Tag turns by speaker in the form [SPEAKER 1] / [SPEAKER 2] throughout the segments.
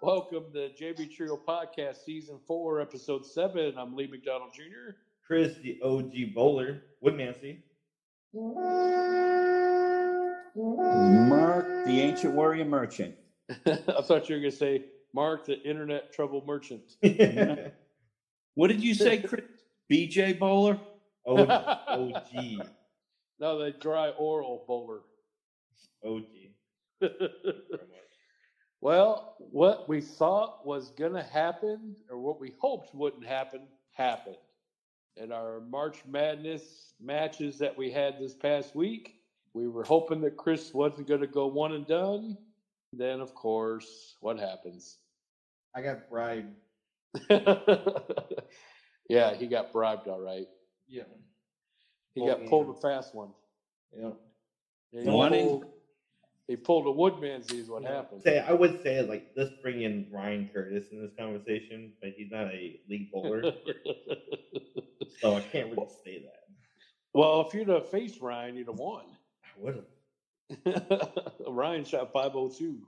[SPEAKER 1] Welcome to JB Trio Podcast, Season 4, Episode 7. I'm Lee McDonald Jr.
[SPEAKER 2] Chris, the OG bowler, Woodmancy.
[SPEAKER 3] Merc, the ancient warrior merchant.
[SPEAKER 1] I thought you were going to say Mark, the internet trouble merchant.
[SPEAKER 3] What did you say, Chris? BJ Bowler?
[SPEAKER 2] OG, OG,
[SPEAKER 1] No, the dry oral bowler.
[SPEAKER 2] OG.
[SPEAKER 1] well, what we thought was going to happen, or what we hoped wouldn't happen, happened. In our March Madness matches that we had this past week, we were hoping that Chris wasn't going to go one and done. Then, of course, what happens?
[SPEAKER 2] I got bribed.
[SPEAKER 1] yeah, he got bribed, all right.
[SPEAKER 2] Yeah.
[SPEAKER 1] He
[SPEAKER 2] Pulled
[SPEAKER 1] got
[SPEAKER 2] me
[SPEAKER 1] pulled
[SPEAKER 2] in.
[SPEAKER 1] a fast one.
[SPEAKER 2] Yeah.
[SPEAKER 1] He
[SPEAKER 3] One in-
[SPEAKER 1] pulled, he pulled a woodman's is what happened.
[SPEAKER 2] Say, I would say, like, let's bring in Ryan Curtis in this conversation, but he's not a league bowler, so I can't really say that.
[SPEAKER 1] well, if you'd have faced Ryan, you'd have won.
[SPEAKER 2] I would have.
[SPEAKER 1] Ryan shot 502.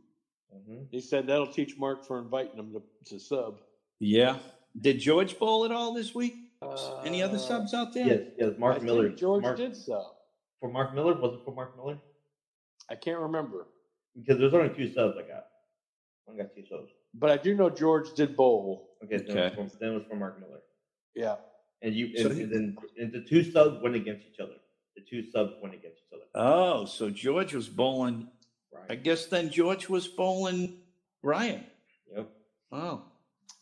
[SPEAKER 2] hmm
[SPEAKER 1] He said that'll teach Mark for inviting him to, to sub.
[SPEAKER 3] Yeah. Did George bowl at all this week? Any other
[SPEAKER 1] Uh,
[SPEAKER 3] subs out there?
[SPEAKER 2] Yes, yes.
[SPEAKER 1] I
[SPEAKER 2] Mark
[SPEAKER 1] think
[SPEAKER 2] Miller.
[SPEAKER 1] George
[SPEAKER 2] Mark,
[SPEAKER 1] did sub.
[SPEAKER 2] for Mark Miller was it for Mark Miller?
[SPEAKER 1] I can't remember.
[SPEAKER 2] Because there's only two subs I got. I got two subs.
[SPEAKER 1] But I do know George did bowl.
[SPEAKER 2] Okay, Then, it
[SPEAKER 3] Okay.
[SPEAKER 2] was for, then it was for Mark Miller.
[SPEAKER 1] Yeah.
[SPEAKER 2] And you
[SPEAKER 3] So
[SPEAKER 2] and,
[SPEAKER 3] he-
[SPEAKER 2] and then and the two subs went against each other. The two subs went against each other.
[SPEAKER 3] Oh, so George was bowling. I
[SPEAKER 2] Right.
[SPEAKER 3] guess then George was bowling Ryan.
[SPEAKER 2] Yep.
[SPEAKER 3] Oh.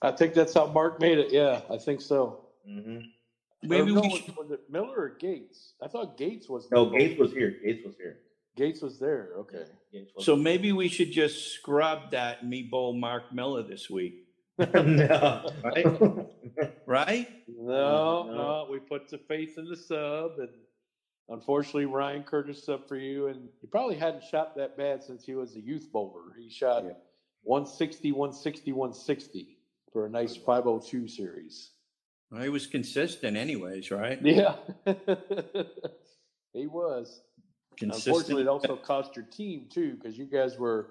[SPEAKER 1] I think that's how Mark made it. Yeah, I think so.
[SPEAKER 2] Mm-hmm.
[SPEAKER 3] Maybe
[SPEAKER 1] Or no,
[SPEAKER 3] we
[SPEAKER 1] was,
[SPEAKER 3] should.
[SPEAKER 1] was it Miller or Gates? I thought Gates was
[SPEAKER 2] No, Gates was here. Gates was here.
[SPEAKER 1] Gates was there. Okay.
[SPEAKER 2] Gates was
[SPEAKER 3] So maybe we should just scrub that and me bowl Mark Miller this week,
[SPEAKER 2] no, right?
[SPEAKER 3] right?
[SPEAKER 1] No,
[SPEAKER 2] No.
[SPEAKER 1] no, we put the faith in the sub, and unfortunately, Ryan Curtis sub for you, and he probably hadn't shot that bad since he was a youth bowler. He shot
[SPEAKER 3] Yeah.
[SPEAKER 1] 160, 160, 160 for a nice 502 series.
[SPEAKER 3] He was consistent, anyways, right?
[SPEAKER 1] Yeah, he was. Unfortunately,
[SPEAKER 3] Consistent.
[SPEAKER 1] it also cost your team too because you guys were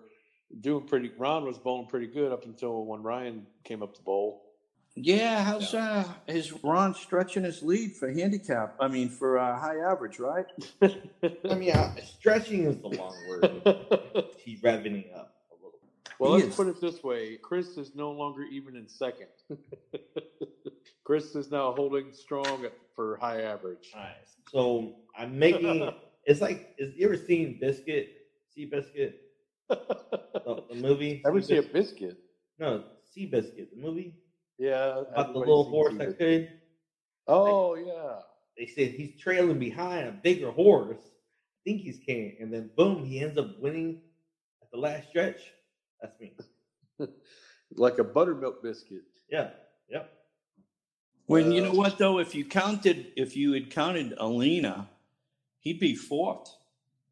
[SPEAKER 1] doing pretty. Ron was bowling pretty good up until when Ryan came up to bowl.
[SPEAKER 3] Yeah, how's uh is Ron stretching his lead for handicap? I mean for uh, high average, right?
[SPEAKER 2] I mean, I, stretching is the long word.
[SPEAKER 1] well,
[SPEAKER 2] He's revving up a little.
[SPEAKER 1] let's
[SPEAKER 3] is.
[SPEAKER 1] put it this way: Chris is no longer even in second. Chris is now holding strong at- for high average.
[SPEAKER 2] All right. So I'm making. It's like, is you ever seen Biscuit? Sea Biscuit, the, the movie.
[SPEAKER 1] Ever see a
[SPEAKER 2] Seabiscuit?
[SPEAKER 1] biscuit?
[SPEAKER 2] No, Sea Biscuit, the movie
[SPEAKER 1] Yeah,
[SPEAKER 2] about the
[SPEAKER 1] everybody's
[SPEAKER 2] little
[SPEAKER 1] seen
[SPEAKER 2] horse
[SPEAKER 1] Sea
[SPEAKER 2] that
[SPEAKER 1] Biscuit.
[SPEAKER 2] could.
[SPEAKER 1] Oh yeah,
[SPEAKER 2] they said he's trailing behind a bigger horse. I think he's king, and then boom, he ends up winning at the last stretch. That's me.
[SPEAKER 1] like a buttermilk biscuit.
[SPEAKER 2] Yeah. Yep.
[SPEAKER 3] When you
[SPEAKER 1] Uh,
[SPEAKER 3] know what though, if you counted if you had counted Alina, he'd be fourth.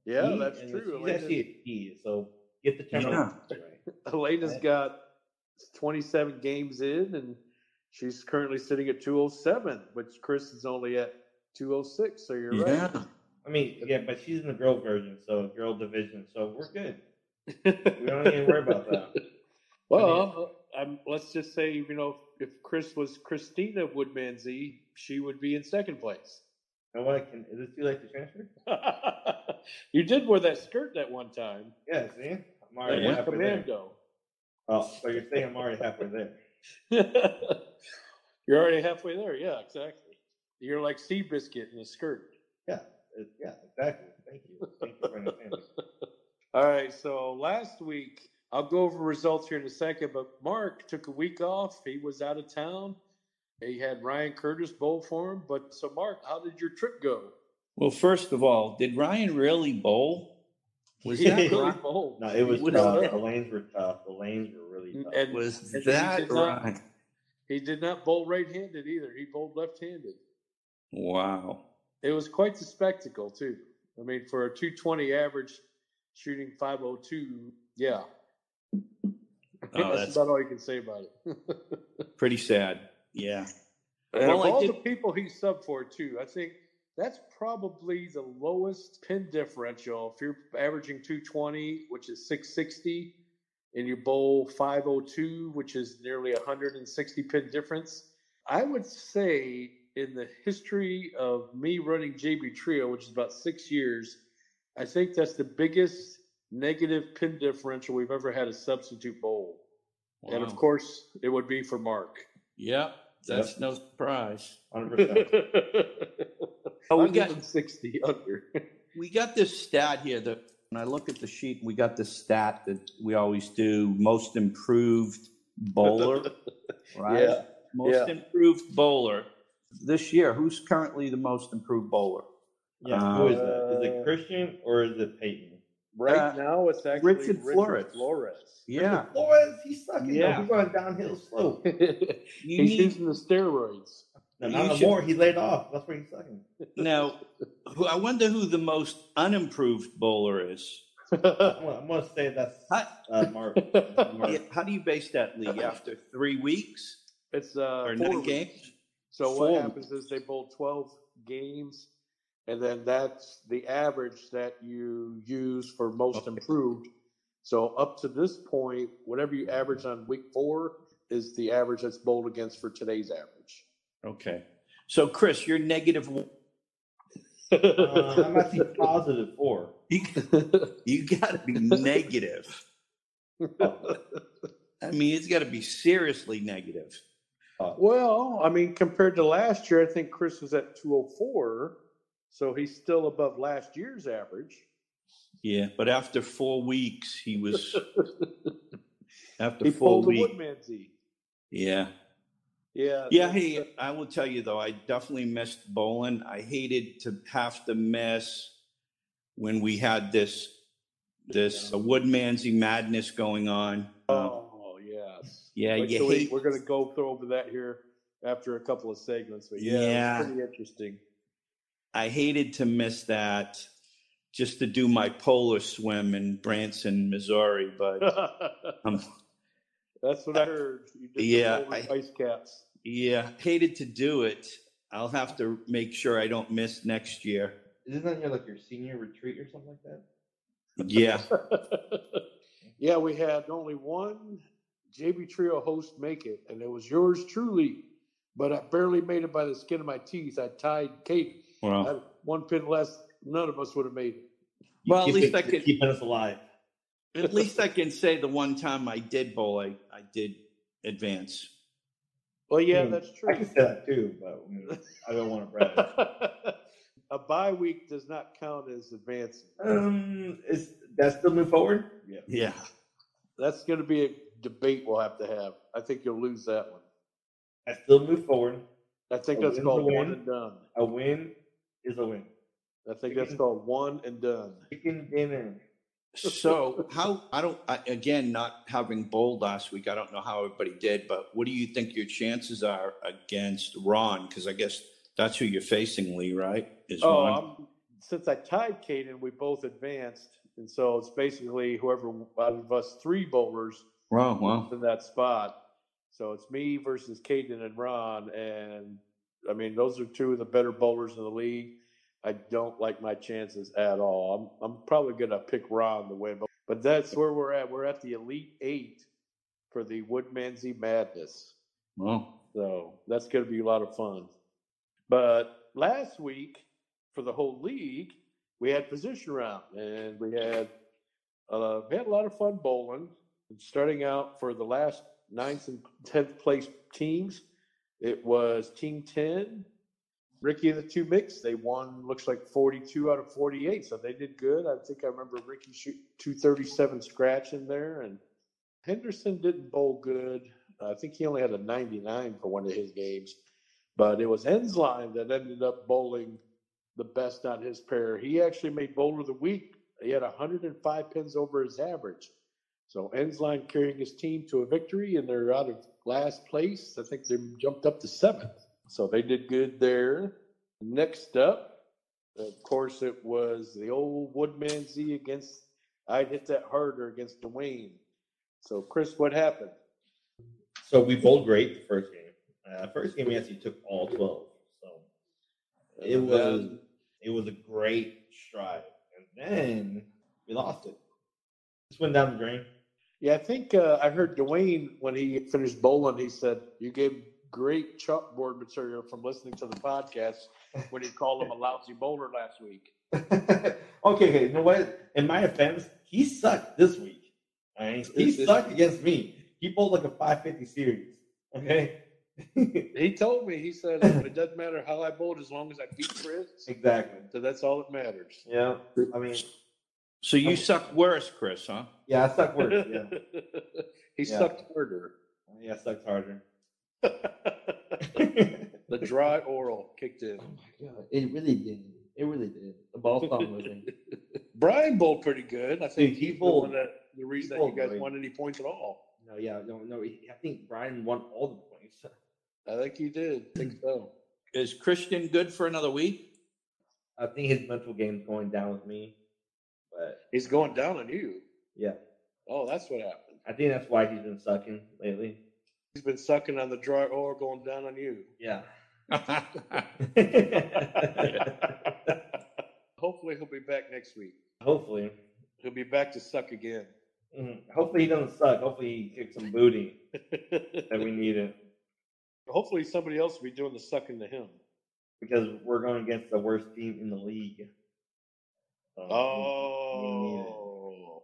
[SPEAKER 1] Yeah,
[SPEAKER 2] He-
[SPEAKER 1] that's
[SPEAKER 2] and
[SPEAKER 1] true.
[SPEAKER 2] He's
[SPEAKER 1] Elena's-
[SPEAKER 2] actually a he, so get the channel.
[SPEAKER 3] Yeah.
[SPEAKER 2] Right.
[SPEAKER 1] Elena's got 27 games in, and she's currently sitting at 207, which Chris is only at 206. So you're
[SPEAKER 3] Yeah.
[SPEAKER 2] I mean, yeah, but she's in the girl version, so girl division, so we're good. We don't even worry about that.
[SPEAKER 1] well, um, let's just say, you know, if Chris was Christina Woodmansey, she would be in second place.
[SPEAKER 2] You know what? Can, is this too late to transfer?
[SPEAKER 1] you did wear that skirt that one time.
[SPEAKER 2] Yeah, see? I'm
[SPEAKER 1] That
[SPEAKER 2] already
[SPEAKER 1] one
[SPEAKER 2] halfway there.
[SPEAKER 1] commando.
[SPEAKER 2] Oh, so you're saying I'm already halfway there.
[SPEAKER 1] you're already halfway there. Yeah, exactly. You're like Seabiscuit in a skirt.
[SPEAKER 2] It- yeah, exactly. Thank you. Thank you for understanding.
[SPEAKER 1] All right. So last week, I'll go over results here in a second, but Mark took a week off. He was out of town. He had Ryan Curtis bowl for him. But so, Mark, how did your trip go?
[SPEAKER 3] Well, first of all, did Ryan really bowl? Was
[SPEAKER 1] He
[SPEAKER 3] that
[SPEAKER 1] really
[SPEAKER 3] right?
[SPEAKER 1] bowled.
[SPEAKER 2] No, it was
[SPEAKER 3] What is
[SPEAKER 2] tough.
[SPEAKER 3] that?
[SPEAKER 2] The lanes were tough. The lanes were really tough.
[SPEAKER 1] And
[SPEAKER 3] Was
[SPEAKER 1] and he
[SPEAKER 3] that
[SPEAKER 1] did not-
[SPEAKER 3] right?
[SPEAKER 1] He did not bowl right handed either. He bowled left handed.
[SPEAKER 3] Wow.
[SPEAKER 1] It was quite the spectacle, too. I mean, for a 220 average shooting 502, yeah.
[SPEAKER 3] Oh,
[SPEAKER 1] that's
[SPEAKER 3] that's
[SPEAKER 1] about all you can say about it.
[SPEAKER 3] pretty sad. Yeah.
[SPEAKER 1] And
[SPEAKER 3] Well,
[SPEAKER 1] of
[SPEAKER 3] I
[SPEAKER 1] all
[SPEAKER 3] did-
[SPEAKER 1] the people he subbed for, too, I think that's probably the lowest pin differential. If you're averaging 220, which is 660, and you bowl 502, which is nearly 160 pin difference, I would say in the history of me running JB Trio, which is about six years, I think that's the biggest negative pin differential we've ever had a substitute bowl. And of
[SPEAKER 3] Wow.
[SPEAKER 1] course, it would be for Mark.
[SPEAKER 3] Yep, that's no surprise.
[SPEAKER 2] Hundred percent.
[SPEAKER 1] I was
[SPEAKER 3] got-
[SPEAKER 1] even 60 under.
[SPEAKER 3] We got this stat here that when I look at the sheet, we got this stat that we always do most improved bowler, right?
[SPEAKER 1] Yeah,
[SPEAKER 3] Most improved bowler. This year, who's currently the most improved bowler?
[SPEAKER 2] Yeah.
[SPEAKER 3] Uh,
[SPEAKER 2] Who is that? Is it Christian or is it Peyton?
[SPEAKER 1] Right
[SPEAKER 3] Uh,
[SPEAKER 1] now, it's actually
[SPEAKER 3] Richard Flores.
[SPEAKER 1] Flores.
[SPEAKER 3] Yeah.
[SPEAKER 2] Flores, he's sucking.
[SPEAKER 1] Yeah.
[SPEAKER 2] Yeah. He's on a downhill slope.
[SPEAKER 3] You
[SPEAKER 1] He's
[SPEAKER 3] need,
[SPEAKER 1] using the steroids.
[SPEAKER 2] No,
[SPEAKER 3] You
[SPEAKER 2] not no
[SPEAKER 3] should-
[SPEAKER 2] more. He laid off. That's where he's sucking.
[SPEAKER 3] now, who, I wonder who the most unimproved bowler is.
[SPEAKER 2] I'm gonna, I'm gonna say that's
[SPEAKER 3] Huh?
[SPEAKER 2] uh, Mark. Mark.
[SPEAKER 3] Yeah, How do you base that league after three weeks
[SPEAKER 1] it's uh,
[SPEAKER 3] or
[SPEAKER 1] four
[SPEAKER 3] nine games?
[SPEAKER 1] So
[SPEAKER 3] Four
[SPEAKER 1] what happens is they bowl twelve games, and then that's the average that you use for most
[SPEAKER 3] Okay.
[SPEAKER 1] improved. So up to this point, whatever you average on week four is the average that's bowled against for today's average.
[SPEAKER 3] Okay. So, Chris, you're negative one.
[SPEAKER 2] Uh, I'm actually positive four.
[SPEAKER 3] You, you got to be negative. I mean, it's got to be seriously negative.
[SPEAKER 1] well, I mean, compared to last year, I think Chris was at two hundred four, so he's still above last year's average.
[SPEAKER 3] Yeah, but after four weeks, he was. after
[SPEAKER 1] He
[SPEAKER 3] four
[SPEAKER 1] bowled the
[SPEAKER 3] weeks,
[SPEAKER 1] Woodmansey.
[SPEAKER 3] yeah,
[SPEAKER 1] Yeah,
[SPEAKER 3] yeah.
[SPEAKER 1] that's-
[SPEAKER 3] Hey, I will tell you though, I definitely missed bowling. I hated to have to miss when we had this this uh Woodmansey madness going on. Uh,
[SPEAKER 1] Oh yes.
[SPEAKER 3] yeah,
[SPEAKER 1] Wait
[SPEAKER 3] you
[SPEAKER 1] till we-
[SPEAKER 3] hate.
[SPEAKER 1] we're going to go through over that here after a couple of segments. But yeah,
[SPEAKER 3] Yeah.
[SPEAKER 1] It's pretty interesting.
[SPEAKER 3] I hated to miss that just to do my polar swim in Branson, Missouri, but Um,
[SPEAKER 1] That's what I heard. You did the
[SPEAKER 3] Yeah,
[SPEAKER 1] whole
[SPEAKER 3] I-
[SPEAKER 1] ice caps.
[SPEAKER 3] yeah, hated to do it. I'll have to make sure I don't miss next year.
[SPEAKER 2] Isn't that your like your senior retreat or something like that?
[SPEAKER 3] Yeah,
[SPEAKER 1] yeah, we had only one JB Trio host make it, and it was yours truly. But I barely made it by the skin of my teeth. I tied Kate. I
[SPEAKER 3] well,
[SPEAKER 2] Oh.
[SPEAKER 1] had one pin less. None of us would have made it.
[SPEAKER 3] Well, at
[SPEAKER 2] Keep
[SPEAKER 3] least
[SPEAKER 2] it-
[SPEAKER 3] I could-
[SPEAKER 2] keeping us alive.
[SPEAKER 3] at least I can say the one time I did bowl, I, I did advance.
[SPEAKER 1] Well, yeah,
[SPEAKER 2] Hmm.
[SPEAKER 1] that's
[SPEAKER 2] I
[SPEAKER 1] true.
[SPEAKER 2] can say that too, but I, mean, I don't want to brag.
[SPEAKER 1] a bye week does not count as advancing.
[SPEAKER 2] um, is that still move forward? Yeah.
[SPEAKER 3] Yeah,
[SPEAKER 1] That's going to be a debate we'll have to have. I think you'll lose that one.
[SPEAKER 2] I still move forward.
[SPEAKER 1] I think
[SPEAKER 2] A
[SPEAKER 1] that's
[SPEAKER 2] win's
[SPEAKER 1] called
[SPEAKER 2] a win.
[SPEAKER 1] one and done.
[SPEAKER 2] A win is a win.
[SPEAKER 1] I think that's called one and done.
[SPEAKER 2] Chicken dinner.
[SPEAKER 3] So how I don't I, again not having bowled last week. I don't know how everybody did, but what do you think your chances are against Ron? Because I guess that's who you're facing, Lee. Right? Is
[SPEAKER 1] Oh,
[SPEAKER 3] Ron?
[SPEAKER 1] I'm, since I tied Caden, we both advanced, and so it's basically whoever out of us three bowlers
[SPEAKER 3] Ron. Well,
[SPEAKER 1] in that spot. So it's me versus Caden and Ron, and I mean those are two of the better bowlers in the league. I don't like my chances at all. I'm I'm probably gonna pick Ron to win, but but that's where we're at. We're at the elite eight for the Woodmansey Madness.
[SPEAKER 3] well.
[SPEAKER 1] So that's going to be a lot of fun. But last week for the whole league, we had position round and we had uh, we had a lot of fun bowling. Starting out for the last ninth and tenth place teams, it was Team Ten, Ricky and the Two Mix. They won looks like forty two out of forty eight, so they did good. I think I remember Ricky shoot two thirty seven scratch in there, and Henderson didn't bowl good. I think he only had a 99 for one of his games, but it was Ensline that ended up bowling the best on his pair. He actually made bowler of the week. He had 105 pins over his average. So Ensline carrying his team to a victory, and they're out of last place. I think they jumped up to seventh. So they did good there. Next up, of course, it was the old Woodman Z against. I'd hit that harder against Dwayne. So Chris, what happened?
[SPEAKER 2] So we bowled great the first game. Uh, first game we actually took all twelve. So it was It was a great stride, and then we lost it. Just went down the drain.
[SPEAKER 1] Yeah, I think uh, I heard Dwayne when he finished bowling. He said you gave great chalkboard material from listening to the podcast when he called him a lousy bowler last week.
[SPEAKER 2] okay, okay, you know what? In my offense, he sucked this week. All right? He sucked against me. He bowled like a 550 series. Okay.
[SPEAKER 1] he told me, he said, it doesn't matter how I bowled as long as I beat Chris.
[SPEAKER 2] Exactly.
[SPEAKER 1] So that's all that matters.
[SPEAKER 2] Yeah. I mean,
[SPEAKER 3] so you suck worse, Chris, huh?
[SPEAKER 2] Yeah, I suck worse. Yeah.
[SPEAKER 1] he
[SPEAKER 2] Yeah.
[SPEAKER 1] sucked harder.
[SPEAKER 2] yeah, I sucked harder.
[SPEAKER 1] The dry oral kicked in.
[SPEAKER 2] Oh my god! It really did. It really did. The ball stopped moving.
[SPEAKER 1] Brian bowled pretty good. I think
[SPEAKER 2] Dude, he
[SPEAKER 1] he's the, one
[SPEAKER 2] bowled-
[SPEAKER 1] that, the reason
[SPEAKER 2] he
[SPEAKER 1] that you
[SPEAKER 2] bowled
[SPEAKER 1] guys
[SPEAKER 2] great.
[SPEAKER 1] won any points at all.
[SPEAKER 2] no, yeah, no, no. he- I think Brian won all the points.
[SPEAKER 1] I think he did. I think so.
[SPEAKER 3] Is Christian good for another week?
[SPEAKER 2] I think his mental game's going down with me, but
[SPEAKER 1] He's going down on you.
[SPEAKER 2] Yeah.
[SPEAKER 1] Oh, that's what happened.
[SPEAKER 2] I think that's why he's been sucking lately.
[SPEAKER 1] He's been sucking on the dry oral going down on you.
[SPEAKER 2] Yeah.
[SPEAKER 3] Oh,
[SPEAKER 1] Hopefully he'll be back next week.
[SPEAKER 2] Hopefully.
[SPEAKER 1] He'll be back to suck again.
[SPEAKER 2] Mhm. Hopefully he doesn't suck. Hopefully he kicks some booty that we need it
[SPEAKER 1] Hopefully somebody else will be doing the sucking to him.
[SPEAKER 2] because we're going against the worst team in the league. So, mm,
[SPEAKER 1] Oh.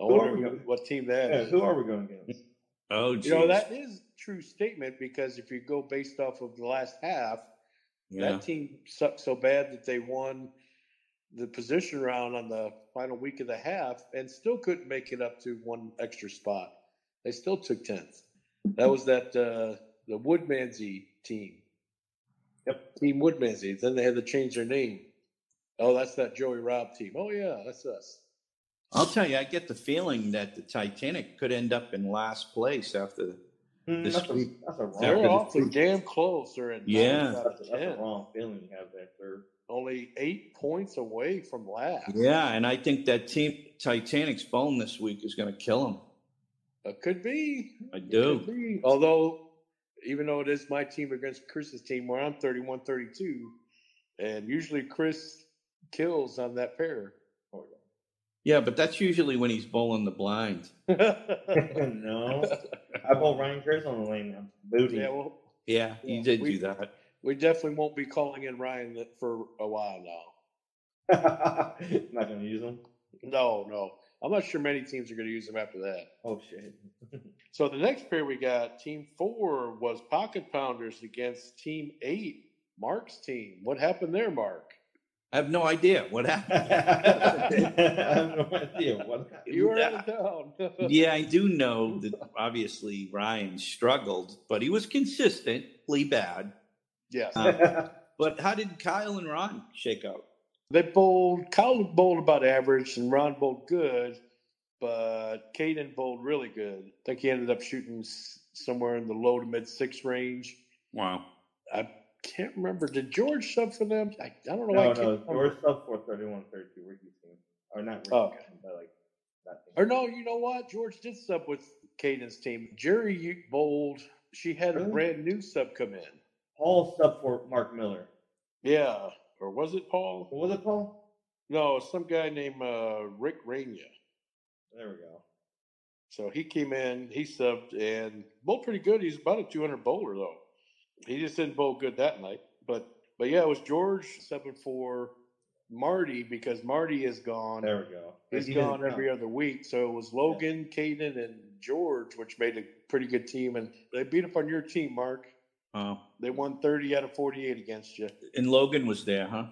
[SPEAKER 1] I
[SPEAKER 2] Who are
[SPEAKER 1] wonder
[SPEAKER 2] we-
[SPEAKER 1] who- what team that
[SPEAKER 2] Yeah,
[SPEAKER 1] is.
[SPEAKER 2] who are we going against?
[SPEAKER 3] oh, geez.
[SPEAKER 1] You know, that is true statement because if you go based off of the last half,
[SPEAKER 3] yeah.
[SPEAKER 1] that team sucked so bad that they won the position round on the final week of the half and still couldn't make it up to one extra spot. They still took 10th. That was that uh, the Woodmansey team. Yep. Team Woodmansey. Then they had to change their name. Oh, that's that Joey Robb team. Oh, yeah, that's us.
[SPEAKER 3] I'll tell you, I get the feeling that the Titanic could end up in last place after the.
[SPEAKER 2] Hmm,
[SPEAKER 3] This
[SPEAKER 2] that's, a,
[SPEAKER 3] week.
[SPEAKER 2] that's a wrong.
[SPEAKER 1] They're
[SPEAKER 3] Yeah.
[SPEAKER 1] awfully damn close. They're in
[SPEAKER 3] Yeah.
[SPEAKER 1] nine out of
[SPEAKER 2] That's, a, that's a
[SPEAKER 1] 10.
[SPEAKER 2] wrong feeling you have there, sir.
[SPEAKER 1] only eight points away from last.
[SPEAKER 3] Yeah, and I think that team Titanic's bone this week is going to kill him.
[SPEAKER 1] It could be.
[SPEAKER 3] I
[SPEAKER 1] It
[SPEAKER 3] do.
[SPEAKER 1] could be. Although, even though it is my team against Chris's team, where I'm 31 32, and usually Chris kills on that pair.
[SPEAKER 3] Yeah, but that's usually when he's bowling the blind.
[SPEAKER 1] yeah,
[SPEAKER 2] no, I bought Ryan Curse on the lane now. Booty.
[SPEAKER 1] well,
[SPEAKER 3] Yeah, you
[SPEAKER 1] Yeah,
[SPEAKER 3] did
[SPEAKER 1] we-
[SPEAKER 3] do that.
[SPEAKER 1] we definitely won't be calling in Ryan for a while now.
[SPEAKER 2] Not gonna use them.
[SPEAKER 1] No, no. I'm not sure many teams are going to use him after that.
[SPEAKER 2] Oh shit.
[SPEAKER 1] So the next pair we got, Team Four was Pocket Pounders against Team Eight, Mark's team. What happened there, Mark?
[SPEAKER 3] I have no idea what
[SPEAKER 2] I
[SPEAKER 3] happened.
[SPEAKER 2] have no idea what.
[SPEAKER 1] You were out of town.
[SPEAKER 3] yeah, I do know that obviously Ryan struggled, but he was consistently bad.
[SPEAKER 1] yes.
[SPEAKER 3] Uh, But how did Kyle and Ron shake out?
[SPEAKER 1] They bowled. Kyle bowled about average, and Ron bowled good, but Caden bowled really good. I think he ended up shooting s- somewhere in the low to mid six range.
[SPEAKER 3] Wow.
[SPEAKER 1] Can't remember. Did George sub for them? I, I don't know. why
[SPEAKER 2] no,
[SPEAKER 1] I can't
[SPEAKER 2] no,
[SPEAKER 1] remember.
[SPEAKER 2] we're sub for 31, 32 rookie team, or not rookie
[SPEAKER 1] Oh.
[SPEAKER 2] team, but like that team.
[SPEAKER 1] Or no, you know what? George did sub with Caden's team. Jerry U- bowled. She had a
[SPEAKER 2] Really?
[SPEAKER 1] brand new sub come in.
[SPEAKER 2] Paul sub for Mark Miller.
[SPEAKER 1] Yeah, or was it Paul?
[SPEAKER 2] What was it, Paul?
[SPEAKER 1] No, some guy named uh, Rick Rania.
[SPEAKER 2] There we go.
[SPEAKER 1] So he came in, he subbed, and bowled pretty good. He's about a 200 bowler though. He just didn't bowl good that night. But but yeah, it was George subbing for Marty because Marty is gone.
[SPEAKER 2] There we go.
[SPEAKER 1] He's
[SPEAKER 2] He didn't
[SPEAKER 1] gone every
[SPEAKER 2] count.
[SPEAKER 1] other week. So it was Logan, Caden, and George, which made a pretty good team. And they beat up on your team, Mark.
[SPEAKER 3] Wow.
[SPEAKER 1] They won 30 out of 48 against you.
[SPEAKER 3] And Logan was there, huh?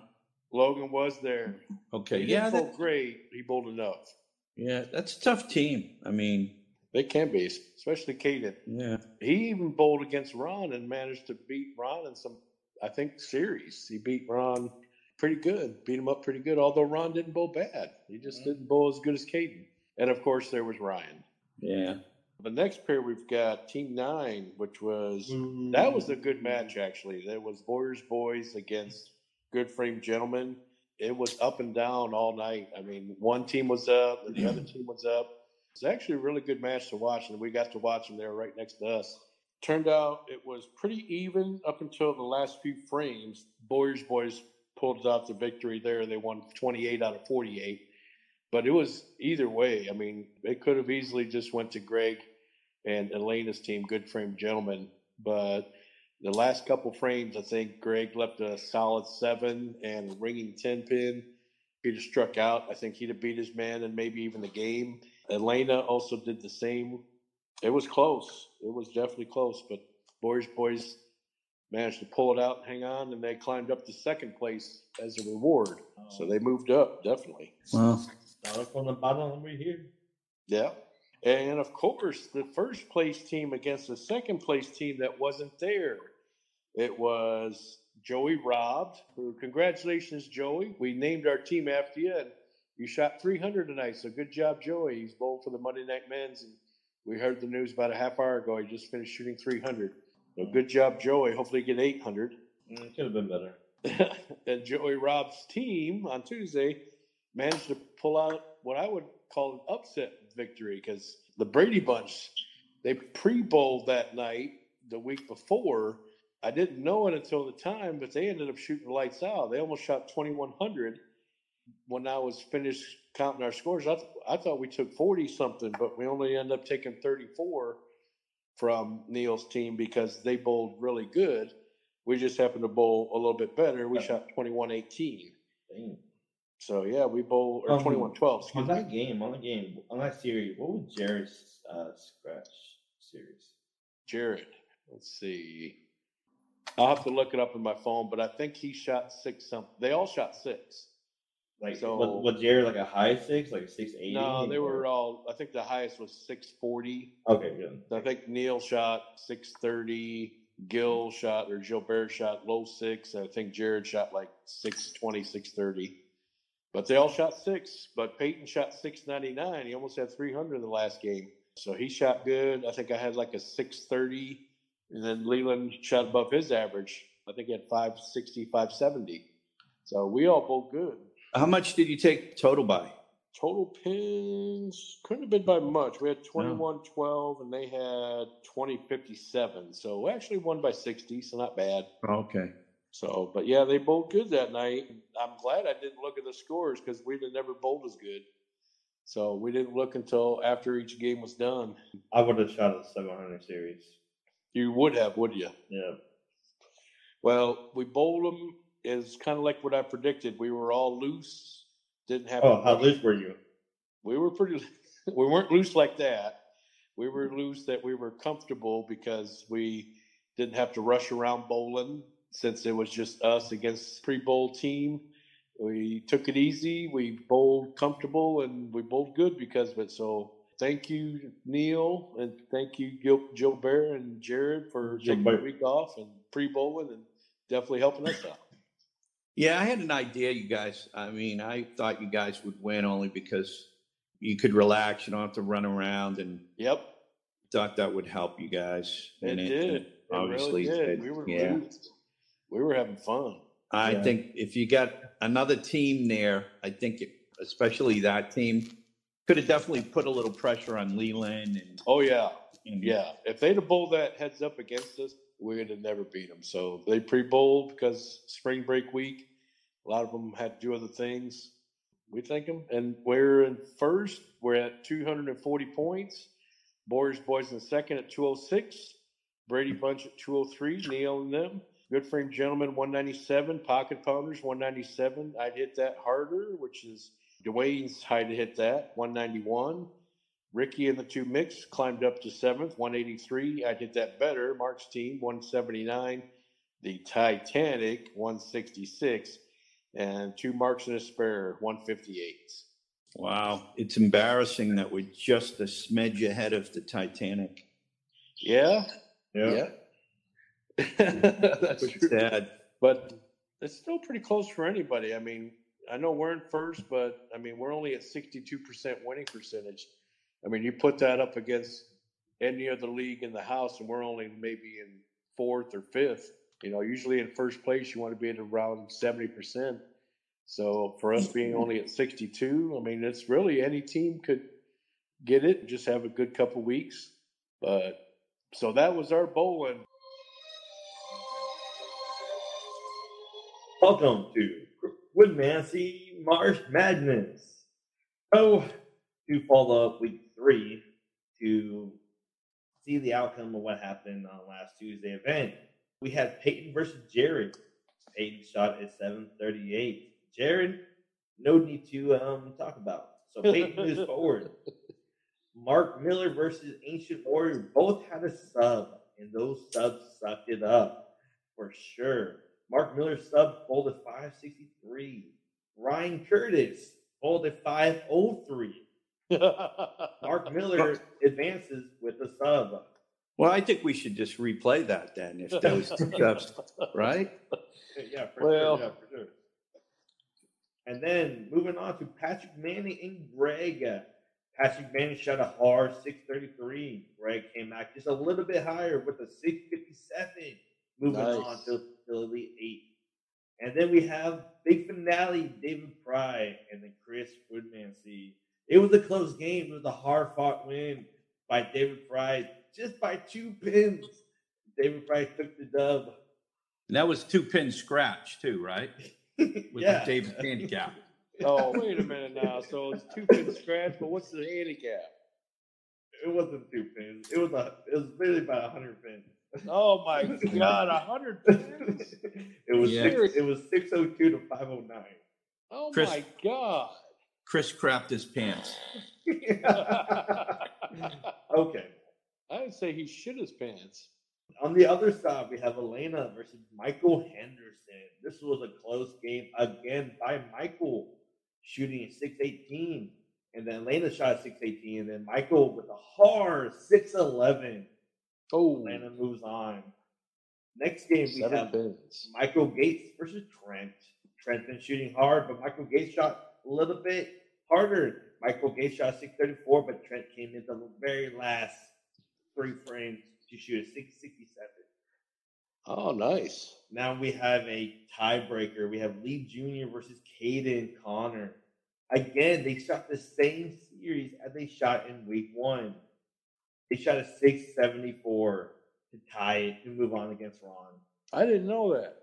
[SPEAKER 1] Logan was there.
[SPEAKER 3] Okay.
[SPEAKER 1] He
[SPEAKER 3] Yeah,
[SPEAKER 1] didn't bowl
[SPEAKER 3] that-
[SPEAKER 1] great. He bowled enough.
[SPEAKER 3] yeah, that's a tough team. I mean,
[SPEAKER 1] They can be, especially Caden.
[SPEAKER 3] yeah.
[SPEAKER 1] He even bowled against Ron and managed to beat Ron in some, I think, series. He beat Ron pretty good, beat him up pretty good, although Ron didn't bowl bad. He just
[SPEAKER 2] Mhm.
[SPEAKER 1] didn't bowl as good as Caden. And of course, there was Ryan.
[SPEAKER 3] Yeah.
[SPEAKER 1] The next pair we've got Team Nine, which was that was a good match actually. That was Warriors boys against Good Frame Gentlemen. It was up and down all night. I mean, one team was up and the other team was up. It's actually a really good match to watch, and we got to watch them there right next to us. Turned out it was pretty even up until the last few frames. Warriors boys pulled off the victory there. They won 28 out of 48. But it was either way. I mean, it could have easily just went to Greg and Elena's team, good frame gentlemen. But the last couple frames, I think Greg left a solid seven and a ringing 10 pin. He'd have struck out. I think he'd have beat his man and maybe even the game. Elena also did the same. It was close. It was definitely close, but Boys Boys managed to pull it out and hang on, and they climbed up to second place as a reward. So they moved up, definitely.
[SPEAKER 3] Wow.
[SPEAKER 2] Start from Oh. the bottom and we're here.
[SPEAKER 1] Yeah. And of course, the first place team against the second place team that wasn't there. It was Joey Robbed. who- Congratulations, Joey. We named our team after you, and you shot 300 tonight. So good job, Joey. He's bowling for the Monday Night Men's. And we heard the news about a half hour ago. He just finished shooting 300. So good job, Joey. Hopefully, get 800.
[SPEAKER 2] Mm, It could have been better.
[SPEAKER 1] and Joey Rob's team on Tuesday managed to pull out what I would call an upset victory because the Brady Bunch, they pre bowled that night the week before. I didn't know it until the time, but they ended up shooting lights out. They almost shot 2,100 when I was finished counting our scores. I, th- I thought we took 40 something, but we only ended up taking 34 from Neil's team because they bowled really good. We just happened to bowl a little bit better. We shot 21 18.
[SPEAKER 2] Dang.
[SPEAKER 1] So, yeah, we bowl or
[SPEAKER 2] Um,
[SPEAKER 1] 21 12.
[SPEAKER 2] On
[SPEAKER 1] Excuse me.
[SPEAKER 2] that game, on that game, on that series, what was Jared's uh, scratch series?
[SPEAKER 1] Jared, let's see. I'll have to look it up in my phone, but I think he shot six something. They all shot six.
[SPEAKER 2] Like,
[SPEAKER 1] So-
[SPEAKER 2] was, was Jared like a high six, like a six eighty?
[SPEAKER 1] No, they were uh, all, I think the highest was 640.
[SPEAKER 2] okay. Good.
[SPEAKER 1] I think Neil shot 630. Gil shot or Gilbert shot low six. I think Jared shot like 620, 630. But they all shot six. But Peyton shot 699. He almost had 300 in the last game. So he shot good. I think I had like a 630. And then Leland shot above his average. I think he had 560, 570. So we all both good.
[SPEAKER 3] How much did you take total by?
[SPEAKER 1] Total pins couldn't have been by much. We had 21 12 and they had 20 57. So we actually won by 60, so not bad.
[SPEAKER 3] Okay.
[SPEAKER 1] So, but yeah, they bowled good that night. I'm glad I didn't look at the scores because we'd have never bowled as good. So we didn't look until after each game was done.
[SPEAKER 2] I would have shot a seven hundred series.
[SPEAKER 1] You would have, would you?
[SPEAKER 2] Yeah.
[SPEAKER 1] Well, we bowled them is kind of like what I predicted. We were all loose, didn't have
[SPEAKER 2] Oh, how loose were you?
[SPEAKER 1] we were pretty we weren't loose like that we were loose that we were comfortable because we didn't have to rush around bowling since it was just us against pre-bowl team we took it easy we bowled comfortable and we bowled good because of it so thank you neil and thank you Gil, joe bear and jared for
[SPEAKER 2] Joe
[SPEAKER 1] taking
[SPEAKER 2] Bear.
[SPEAKER 1] the week off and pre-bowling and definitely helping us out
[SPEAKER 3] Yeah, I had an idea, you guys. I mean, I thought you guys would win only because you could relax, you don't have to run around, and
[SPEAKER 1] yep
[SPEAKER 3] thought that would help you guys.
[SPEAKER 1] it,
[SPEAKER 3] And
[SPEAKER 1] did it
[SPEAKER 3] obviously
[SPEAKER 1] really did.
[SPEAKER 3] did,
[SPEAKER 1] we were
[SPEAKER 3] yeah.
[SPEAKER 1] loose. we were having fun
[SPEAKER 3] I
[SPEAKER 2] Yeah.
[SPEAKER 3] think if you got another team there, I think it, especially that team could have definitely put a little pressure on Leland and,
[SPEAKER 1] oh yeah
[SPEAKER 3] and
[SPEAKER 1] Yeah, if they'd have bowled that heads up against us, we would have never beat them. So they pre-bowled because spring break week, a lot of them had to do other things. We thank them, and we're in first. We're at 240 points. Boris boys in second at 206. Brady Bunch at 203. Neil and them. Good frame gentlemen 197. Pocket pounders 197. I'd hit that harder, which is Dwayne's high to hit that 191. Ricky and the two mix climbed up to seventh, 183. I did that better. Mark's team, 179. The Titanic, 166. And two marks and a spare, 158.
[SPEAKER 3] wow, it's embarrassing that we're just a smidge ahead of the Titanic.
[SPEAKER 1] Yeah.
[SPEAKER 2] Yeah.
[SPEAKER 1] That's
[SPEAKER 3] Which
[SPEAKER 1] true.
[SPEAKER 3] is sad.
[SPEAKER 1] But it's still pretty close for anybody. I mean, I know we're in first, but I mean, we're only at 62% winning percentage. I mean, you put that up against any other league in the house, and we're only maybe in fourth or fifth. You know, usually in first place, you want to be at around 70%. So for us being only at 62, I mean, it's really any team could get it, just have a good couple weeks. But so that was our bowling.
[SPEAKER 2] Welcome to Woodman C. Marsh Madness. Oh, So, to follow up week three to see the outcome of what happened on last Tuesday event, we had Peyton versus Jared. Peyton shot at 738. Jared, no need to um, talk about. So Peyton moves forward. Mark Miller versus Ancient Warrior both had a sub, and those subs sucked it up for sure. Mark Miller sub folded 563. Ryan Curtis folded 503. Mark Miller advances with a sub.
[SPEAKER 3] Well, I think we should just replay that then, if there was two subs, right?
[SPEAKER 2] Yeah, for
[SPEAKER 1] Well-
[SPEAKER 2] sure. Yeah, for sure. And then moving on to Patrick Manning and Greg. Patrick Manning shot a hard 633. Greg came back just a little bit higher with a 657. Moving
[SPEAKER 1] Nice.
[SPEAKER 2] on to the Elite Eight. And then we have big finale, David Pry and then Chris Woodmansey. It was a close game. It was a hard fought win by David Pry just by two pins. David Pry took the dub.
[SPEAKER 3] And that was two pin scratch too, right? With the David handicap.
[SPEAKER 1] Oh, wait a minute now. So it's two pin scratch, but what's the handicap?
[SPEAKER 2] It wasn't two pins. It was a. It was literally about hundred pins.
[SPEAKER 1] Oh my God, a hundred pins!
[SPEAKER 2] it was
[SPEAKER 3] Yeah.
[SPEAKER 2] six, it was six oh two to five oh
[SPEAKER 1] Oh
[SPEAKER 3] Chris-
[SPEAKER 1] my God!
[SPEAKER 3] Chris crapped his pants.
[SPEAKER 2] nine. okay.
[SPEAKER 1] I'd say he shit his pants.
[SPEAKER 2] On the other side, we have Elena versus Michael Henderson. This was a close game again by Michael shooting at 618. And then Elena shot at 618. And then Michael with a hard 611.
[SPEAKER 1] Oh,
[SPEAKER 2] Elena moves on. Next game, we
[SPEAKER 1] seven
[SPEAKER 2] have
[SPEAKER 1] pins.
[SPEAKER 2] Michael Gates versus Trent. Trent's been shooting hard, but Michael Gates shot a little bit harder. Michael Gates shot 634, but Trent came in the very last three frames to shoot a 667.
[SPEAKER 1] Oh, nice.
[SPEAKER 2] Now we have a tiebreaker. We have Lee Jr. versus Caden Connor. Again, they shot the same series as they shot in week one. They shot a 674 to tie it and move on against Ron.
[SPEAKER 1] I didn't know that.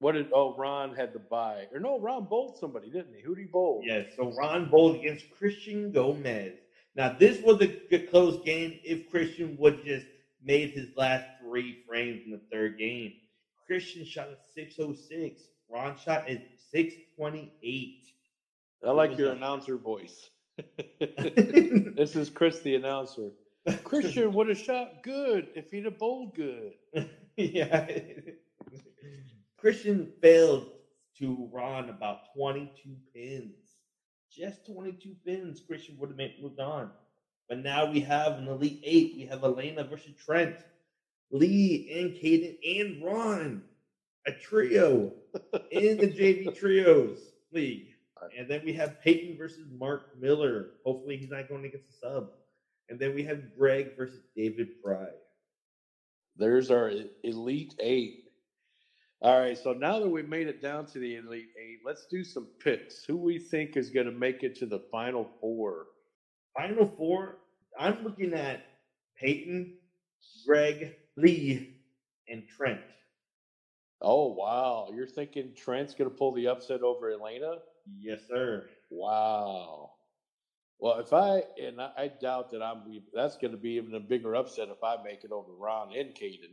[SPEAKER 1] What did? Oh, Ron had to buy, or no? Ron bowled somebody, didn't he? Who did he bowl?
[SPEAKER 2] Yes, so Ron bowled against Christian Gomez. Now this was a good close game if Christian would just made his last three frames in the third game. Christian shot a 606. Ron shot at 628.
[SPEAKER 1] I like
[SPEAKER 2] was
[SPEAKER 1] your
[SPEAKER 2] that?
[SPEAKER 1] announcer voice. this is Chris, the announcer. Christian would have shot good if he'd have bowled good.
[SPEAKER 2] yeah. Christian failed to Ron about 22 pins. Just 22 pins. Christian would have made, moved on. But now we have an Elite Eight. We have Elena versus Trent, Lee and Caden and Ron. A trio in the JV Trios League. And then we have Peyton versus Mark Miller. Hopefully he's not going against the sub. And then we have Greg versus David Pry.
[SPEAKER 1] There's our e-, elite eight. All right, so now that we've made it down to the elite eight, let's do some picks. Who we think is going to make it to the final four?
[SPEAKER 2] Final four, I'm looking at Peyton, Greg, Lee, and Trent.
[SPEAKER 1] Oh wow, you're thinking Trent's going to pull the upset over Elena?
[SPEAKER 2] Yes, sir.
[SPEAKER 1] Wow. Well, if I and I, I doubt that I'm that's going to be even a bigger upset if I make it over Ron and Caden.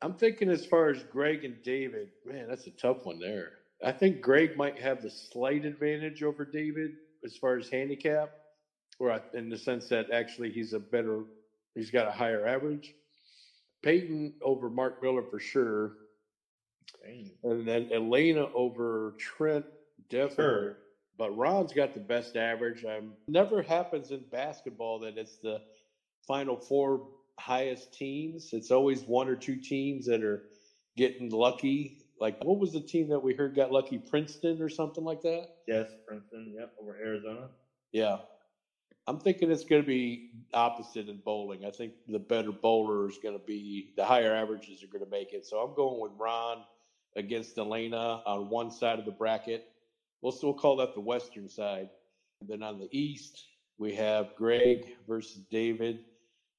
[SPEAKER 1] I'm thinking as far as Greg and David, man, that's a tough one there. I think Greg might have the slight advantage over David as far as handicap, or I- in the sense that actually he's a better, he's got a higher average. Peyton over Mark Miller for sure,
[SPEAKER 2] Dang.
[SPEAKER 1] and then Elena over Trent definitely.
[SPEAKER 2] Sure.
[SPEAKER 1] But Ron's got the best average. Um, never happens in basketball that it's the final four highest teams. It's always one or two teams that are getting lucky. Like what was the team that we heard got lucky? Princeton or something like that.
[SPEAKER 2] Yes, Princeton. Yep, over Arizona.
[SPEAKER 1] Yeah, I'm thinking it's going to be opposite in bowling. I think the better bowler is going to be the higher averages are going to make it. So I'm going with Ron against Elena on one side of the bracket. We'll still call that the western side. And then on the east, we have Greg versus David.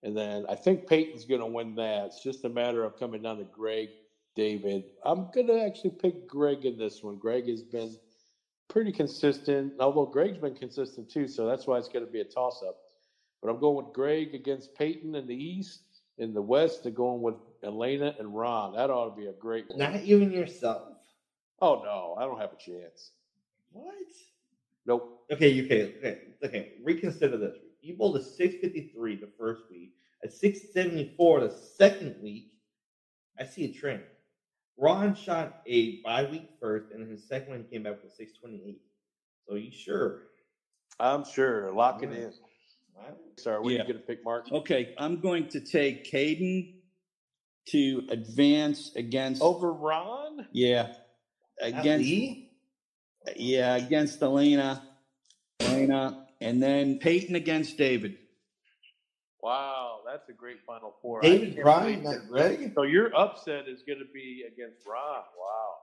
[SPEAKER 1] And then I think Peyton's going to win that. It's just a matter of coming down to Greg, David. I'm going to actually pick Greg in this one. Greg has been pretty consistent, although Greg's been consistent too, so that's why it's going to be a toss up. But I'm going with Greg against Peyton in the East. In the West, they're going with Elena and Ron. That ought to be a great one.
[SPEAKER 2] Not even yourself.
[SPEAKER 1] Oh, no, I don't have a chance.
[SPEAKER 2] What?
[SPEAKER 1] Nope.
[SPEAKER 2] Okay, you okay, okay, okay. Reconsider this. You bowled a 653 the first week, a 674 the second week. I see a trend. Ron shot a bye week first, and his second one he came back with 628. So you sure?
[SPEAKER 1] I'm sure. Lock it in.
[SPEAKER 2] Wow.
[SPEAKER 1] Sorry, what are
[SPEAKER 3] Yeah.
[SPEAKER 1] you going to pick, Mark?
[SPEAKER 2] Oh.
[SPEAKER 3] Okay, I'm going to take Caden to advance against.
[SPEAKER 1] Over Ron?
[SPEAKER 3] Yeah, against
[SPEAKER 2] Ali?
[SPEAKER 3] yeah against Elena, Elena, and then Peyton against David.
[SPEAKER 1] Wow, that's a great final four. I
[SPEAKER 2] David
[SPEAKER 1] can't
[SPEAKER 2] Bryan,
[SPEAKER 1] believe
[SPEAKER 2] not
[SPEAKER 1] that.
[SPEAKER 2] Greg?
[SPEAKER 1] So your upset is going to be against Ron. Wow.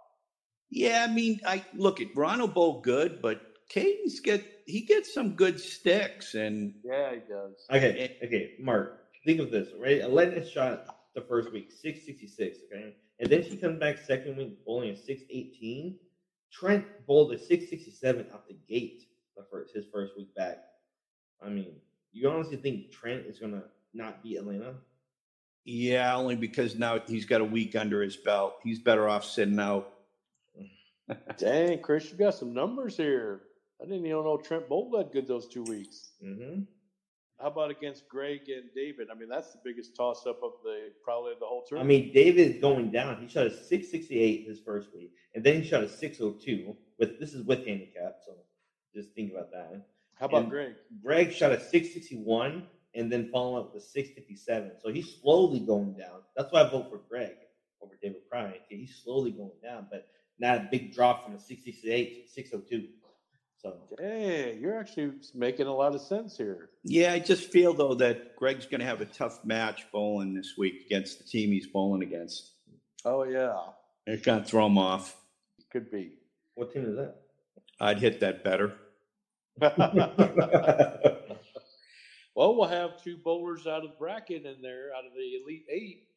[SPEAKER 3] Yeah, I mean, I look at Ronald Bowl good, but Caden's get he gets some good sticks, and
[SPEAKER 1] Yeah, he does.
[SPEAKER 2] Okay, okay, Mark, think of this, right? Elena shot the first week, 666, okay? And then she comes back second week, bowling a 618. Trent bowled a 667 out the gate the first, his first week back. I mean, you honestly think Trent is going to not beat Elena?
[SPEAKER 3] yeah, only because now he's got a week under his belt. He's better off sitting out.
[SPEAKER 1] Dang, Chris, you got some numbers here. I didn't even know Trent Bolt led good those two weeks.
[SPEAKER 2] Mm-hmm.
[SPEAKER 1] How about against Greg and David? I mean, that's the biggest toss up of the probably of the whole
[SPEAKER 2] I
[SPEAKER 1] tournament.
[SPEAKER 2] mean, David is going down. He shot a 668 his first week, and then he shot a 602 with this is with handicap, so just think about that.
[SPEAKER 1] how about
[SPEAKER 2] and-
[SPEAKER 1] Greg?
[SPEAKER 2] Greg shot a 661 and then followed up with 657. So he's slowly going down. That's why I vote for Greg over David Pryor. He's slowly going down, but not a big drop from a 668 to 602. So
[SPEAKER 1] Hey, you're actually making a lot of sense here.
[SPEAKER 3] Yeah, I just feel though that Greg's going to have a tough match bowling this week against the team he's bowling against.
[SPEAKER 1] Oh yeah,
[SPEAKER 3] It's going to throw him off.
[SPEAKER 1] could be.
[SPEAKER 2] what team is
[SPEAKER 3] I'd hit that better.
[SPEAKER 2] that?
[SPEAKER 1] well, we'll have two bowlers out of the bracket in there, out of the elite eight.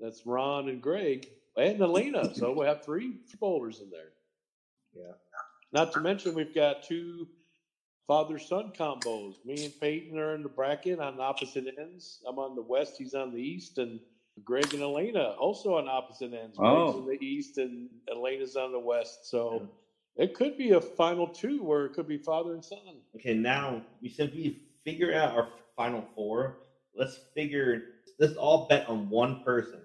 [SPEAKER 1] That's Ron and Greg and Elena. so we'll have three bowlers in there.
[SPEAKER 2] Yeah.
[SPEAKER 1] Not to mention we've got two father son combos. Me and Peyton are in the bracket on opposite ends. I'm on the west, he's on the east, and Greg and Elena also on opposite ends. Greg's
[SPEAKER 3] Oh.
[SPEAKER 1] in the east and Elena's on the west. So it could be a final two where it could be father and son.
[SPEAKER 2] okay, now we simply figure out our final four. Let's figure, let's all bet on one person.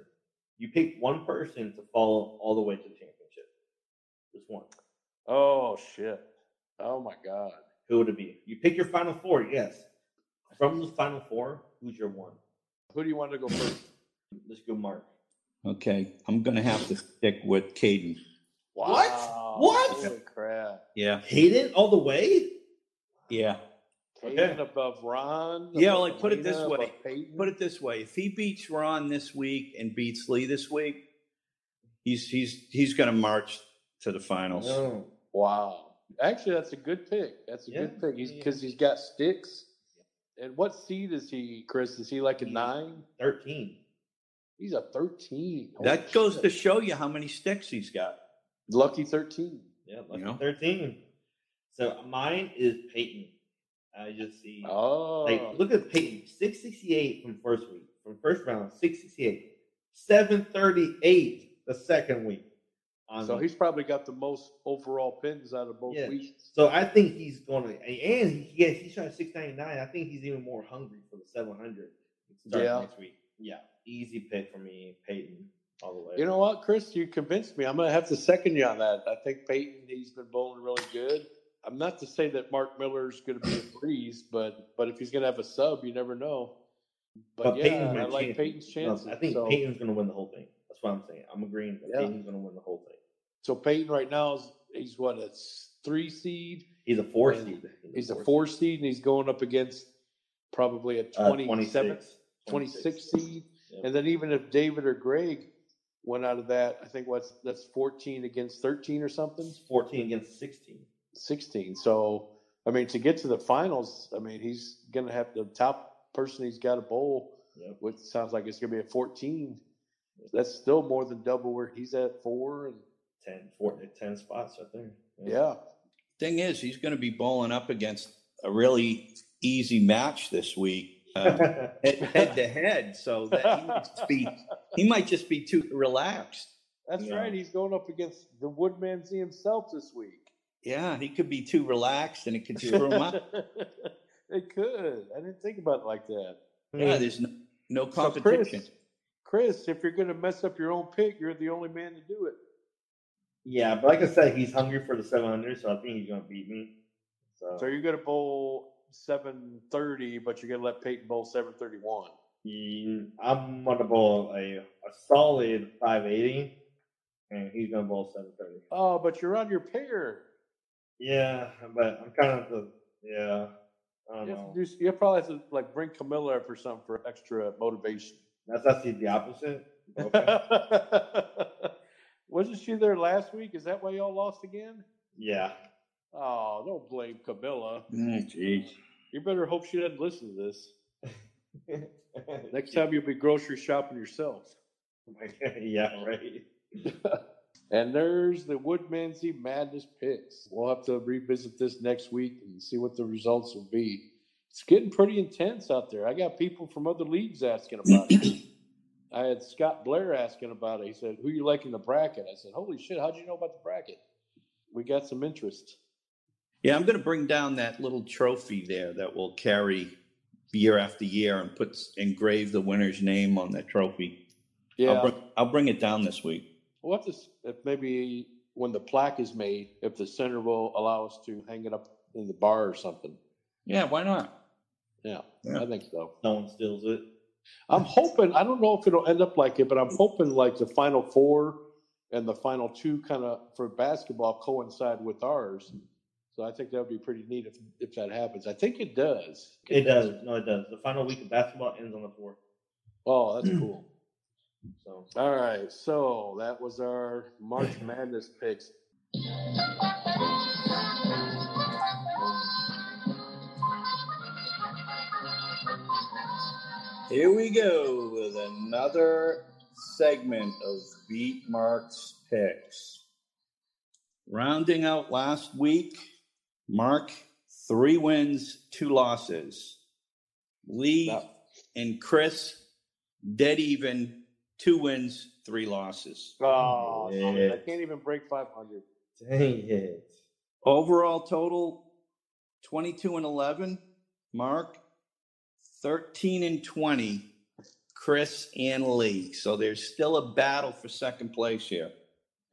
[SPEAKER 2] You pick one person to follow all the way to the championship. Just one.
[SPEAKER 1] Oh shit. Oh my god.
[SPEAKER 2] Who would it be? You pick your final four, yes. From the final four, who's your one?
[SPEAKER 1] Who do you want to go first?
[SPEAKER 2] Let's go, Mark.
[SPEAKER 3] Okay, I'm going to have to stick with Caden.
[SPEAKER 2] What?
[SPEAKER 1] Wow.
[SPEAKER 2] What?
[SPEAKER 1] Holy crap.
[SPEAKER 3] Yeah,
[SPEAKER 2] Hayden all the way?
[SPEAKER 3] yeah.
[SPEAKER 1] Caden
[SPEAKER 2] Okay.
[SPEAKER 1] above Ron.
[SPEAKER 3] Yeah,
[SPEAKER 1] above
[SPEAKER 3] well, like, put it this
[SPEAKER 1] Elena,
[SPEAKER 3] way.
[SPEAKER 1] above Peyton.
[SPEAKER 3] Put it this way: if he beats Ron this week and beats Lee this week, he's he's he's going to march to the finals.
[SPEAKER 2] No.
[SPEAKER 1] Wow. Actually, that's a good pick. That's a
[SPEAKER 2] Yeah.
[SPEAKER 1] good pick. He's
[SPEAKER 2] Yeah.
[SPEAKER 1] because he's got sticks. And what seed is he, Chris? Is he like a
[SPEAKER 2] He's-
[SPEAKER 1] nine?
[SPEAKER 2] 13.
[SPEAKER 1] He's a thirteen. Holy
[SPEAKER 3] That goes to
[SPEAKER 1] shit.
[SPEAKER 3] show you how many sticks he's got.
[SPEAKER 1] lucky thirteen.
[SPEAKER 2] Yeah, lucky
[SPEAKER 3] Yeah.
[SPEAKER 2] 13. So mine is Peyton. I just see.
[SPEAKER 1] Oh,
[SPEAKER 2] Like, look at Peyton. 668 from first week. From first round, 668. 738 the second week. On
[SPEAKER 1] so
[SPEAKER 2] the-
[SPEAKER 1] he's probably got the most overall pins out of both
[SPEAKER 2] Yeah.
[SPEAKER 1] weeks.
[SPEAKER 2] So I think he's going to, and he, yes, he shot six ninety nine. I think he's even more hungry for the seven hundred.
[SPEAKER 1] Yeah.
[SPEAKER 2] next week. Yeah, easy pick for me, Peyton, all the way.
[SPEAKER 1] You know what, Chris? You convinced me. I'm going to have to second you on that. I think Peyton, he's been bowling really good. I'm not to say that Mark Miller's going to be a breeze, but but if he's going to have a sub, you never know. But,
[SPEAKER 2] But
[SPEAKER 1] yeah,
[SPEAKER 2] Peyton's my
[SPEAKER 1] I like
[SPEAKER 2] champion.
[SPEAKER 1] Peyton's
[SPEAKER 2] No,
[SPEAKER 1] chances.
[SPEAKER 2] I think
[SPEAKER 1] so, Peyton,
[SPEAKER 2] Peyton's going to win the whole thing. That's what I'm saying. I'm agreeing that
[SPEAKER 1] Yeah.
[SPEAKER 2] Peyton's going to win the whole thing.
[SPEAKER 1] so Peyton right now is he's what a s- three seed.
[SPEAKER 2] He's a four
[SPEAKER 1] And
[SPEAKER 2] seed.
[SPEAKER 1] He's a four seed, and he's going up against probably a
[SPEAKER 2] Uh,
[SPEAKER 1] 27th 26 seed.
[SPEAKER 2] Yeah.
[SPEAKER 1] And then even if David or Greg went out of that, I think what's that's 14 against 13 or something,
[SPEAKER 2] It's Fourteen against sixteen.
[SPEAKER 1] 16. So, I mean, to get to the finals, I mean, he's going to have the top person he's got to bowl,
[SPEAKER 2] Yep.
[SPEAKER 1] which sounds like it's going to be a 14. That's still more than double where he's at four. And
[SPEAKER 2] Ten, four, ten spots right there.
[SPEAKER 1] yeah,
[SPEAKER 3] thing is, he's going to be bowling up against a really easy match this week, uh, head, head to head. So that he, might just be, he might just be too relaxed.
[SPEAKER 1] That's
[SPEAKER 2] Yeah.
[SPEAKER 1] right. He's going up against the Woodman's himself this week.
[SPEAKER 3] Yeah, he could be too relaxed, and it could screw him up.
[SPEAKER 1] it could. I didn't think about it like that.
[SPEAKER 3] Yeah, there's no, no
[SPEAKER 1] So,
[SPEAKER 3] competition.
[SPEAKER 1] Chris, Chris, if you're going to mess up your own pick, you're the only man to do it.
[SPEAKER 2] Yeah, but like I said, he's hungry for the 700, so I think he's going to beat me. So,
[SPEAKER 1] So you're going to bowl 730, but you're going to let Peyton bowl 731.
[SPEAKER 2] he- I'm going to bowl a, a solid 580, and he's going to bowl 730.
[SPEAKER 1] Oh, but you're on your pair.
[SPEAKER 2] Yeah, but I'm kind of the, yeah. I don't
[SPEAKER 1] You have
[SPEAKER 2] know.
[SPEAKER 1] to do, you'll probably have to like bring Camilla up or something for extra motivation.
[SPEAKER 2] That's actually the opposite. Okay.
[SPEAKER 1] Wasn't she there last week? Is that why y'all lost again?
[SPEAKER 2] yeah.
[SPEAKER 1] Oh, don't blame Camilla.
[SPEAKER 3] Mm, Jeez.
[SPEAKER 1] You better hope she doesn't listen to this. Next time you'll be grocery shopping yourself.
[SPEAKER 2] yeah, right.
[SPEAKER 1] And there's the Woodmansey Madness picks. We'll have to revisit this next week and see what the results will be. It's getting pretty intense out there. I got people from other leagues asking about it. I had Scott Blair asking about it. He said, Who you like in the bracket? I said, Holy shit, how'd you know about the bracket? We got some interest.
[SPEAKER 3] Yeah, I'm going to bring down that little trophy there that will carry year after year and put engrave the winner's name on that trophy.
[SPEAKER 1] Yeah.
[SPEAKER 3] I'll, bring, I'll bring it down this week.
[SPEAKER 1] We'll have to, s- if maybe when the plaque is made, if the center will allow us to hang it up in the bar or something.
[SPEAKER 3] Yeah, why not?
[SPEAKER 1] Yeah,
[SPEAKER 3] Yeah.
[SPEAKER 1] I think so.
[SPEAKER 2] Someone steals it.
[SPEAKER 1] I'm hoping, I don't know if it'll end up like it, but I'm hoping like the final four and the final two kind of for basketball coincide with ours. So I think that would be pretty neat if, if that happens. I think it does.
[SPEAKER 2] It does. No, it does. The final week of basketball ends on the 4th.
[SPEAKER 1] Oh, that's cool.
[SPEAKER 2] So,
[SPEAKER 1] All right. So that was our March Madness picks.
[SPEAKER 3] Here we go with another segment of Beat Mark's picks. Rounding out last week, Mark, three wins, two losses. Lee
[SPEAKER 1] Now-
[SPEAKER 3] and Chris, dead even, two wins, three losses.
[SPEAKER 1] Oh, damn it. I
[SPEAKER 2] Yeah.
[SPEAKER 1] can't even break 500.
[SPEAKER 2] dang it.
[SPEAKER 3] Overall total 22 and 11, Mark, 13 and 20, Chris and Lee. So there's still a battle for second place here.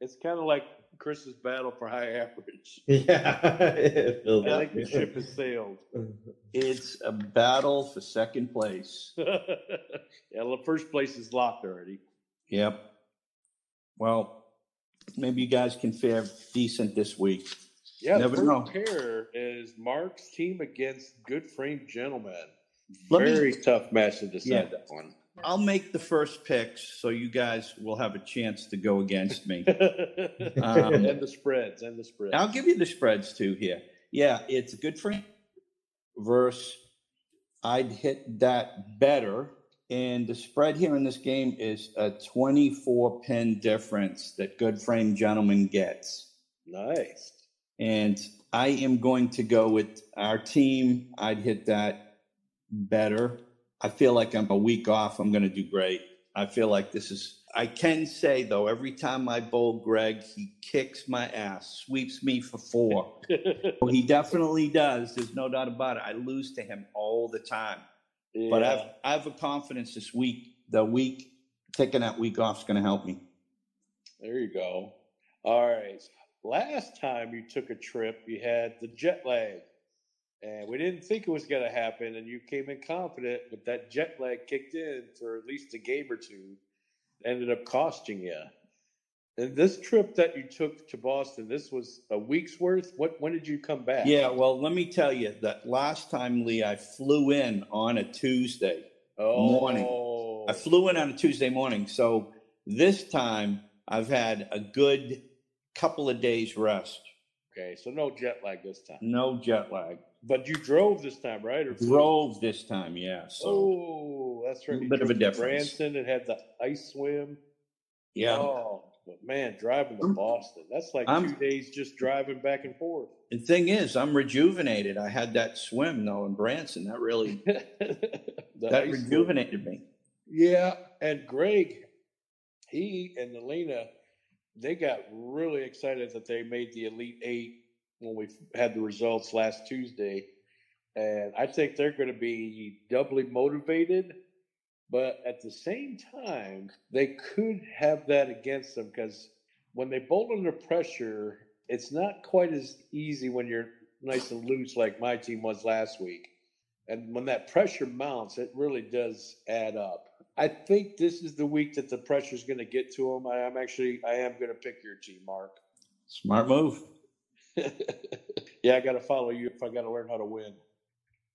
[SPEAKER 1] It's kind of like Chris's battle for high average.
[SPEAKER 2] Yeah. it feels
[SPEAKER 1] I
[SPEAKER 2] like
[SPEAKER 1] think the ship has sailed.
[SPEAKER 3] It's a battle for second place.
[SPEAKER 1] yeah, the first place is locked already.
[SPEAKER 3] Yep. Well, maybe you guys can fare decent this week.
[SPEAKER 1] Yeah,
[SPEAKER 3] Never
[SPEAKER 1] the
[SPEAKER 3] know.
[SPEAKER 1] first pair is Mark's team against Good Frame Gentlemen.
[SPEAKER 3] Let me-
[SPEAKER 1] Very tough match to decide
[SPEAKER 3] Yeah.
[SPEAKER 1] that one.
[SPEAKER 3] I'll make the first picks so you guys will have a chance to go against me. Um,
[SPEAKER 1] and the spreads, and the spreads.
[SPEAKER 3] I'll give you the spreads too here. Yeah, it's good for verse. I'd hit that better. And the spread here in this game is a 24 pin difference that Good Frame Gentleman gets.
[SPEAKER 1] nice.
[SPEAKER 3] And I am going to go with our team. I'd hit that better. I feel like I'm a week off. I'm going to do great. I feel like this is, I can say though, every time I bowl Greg, he kicks my ass, sweeps me for four. Well, he definitely does. There's no doubt about it. I lose to him all the time. But I've, I have a confidence this week. The week taking that week off is going to help me.
[SPEAKER 1] There you go. All right. Last time you took a trip, you had the jet lag. And we didn't think it was going to happen. And you came in confident, but that jet lag kicked in for at least a game or two, ended up costing you. And this trip that you took to Boston, this was a week's worth. What? When did you come back?
[SPEAKER 3] Yeah. Well, let me tell you that last time, Lee, I flew in on a Tuesday.
[SPEAKER 1] oh,
[SPEAKER 3] morning. I flew in on a Tuesday morning. So this time I've had a good couple of days rest.
[SPEAKER 1] Okay, so no jet lag this time.
[SPEAKER 3] No jet lag.
[SPEAKER 1] But you drove this time, right? Or flew?
[SPEAKER 3] Drove this time. Yeah. So
[SPEAKER 1] Oh, that's right.
[SPEAKER 3] Little
[SPEAKER 1] You
[SPEAKER 3] bit of
[SPEAKER 1] drove
[SPEAKER 3] a
[SPEAKER 1] to
[SPEAKER 3] difference.
[SPEAKER 1] Branson and had the ice swim.
[SPEAKER 3] yeah.
[SPEAKER 1] Oh, But man, driving to Boston, that's like
[SPEAKER 3] I'm-
[SPEAKER 1] two days just driving back and forth.
[SPEAKER 3] The thing is, I'm rejuvenated. I had that swim though in Branson. That really
[SPEAKER 1] The
[SPEAKER 3] that
[SPEAKER 1] ice cream.
[SPEAKER 3] rejuvenated me.
[SPEAKER 1] Yeah, and Greg, he and Elena, they got really excited that they made the Elite Eight when we had the results last Tuesday. And I think they're going to be doubly motivated. But at the same time, they could have that against them because when they bowl under pressure, it's not quite as easy when you're nice and loose like my team was last week. And when that pressure mounts, it really does add up. I think this is the week that the pressure is going to get to them. I am actually, I am going to pick your team, Mark.
[SPEAKER 3] Smart move.
[SPEAKER 1] yeah, I got to follow you if I got to learn how to win.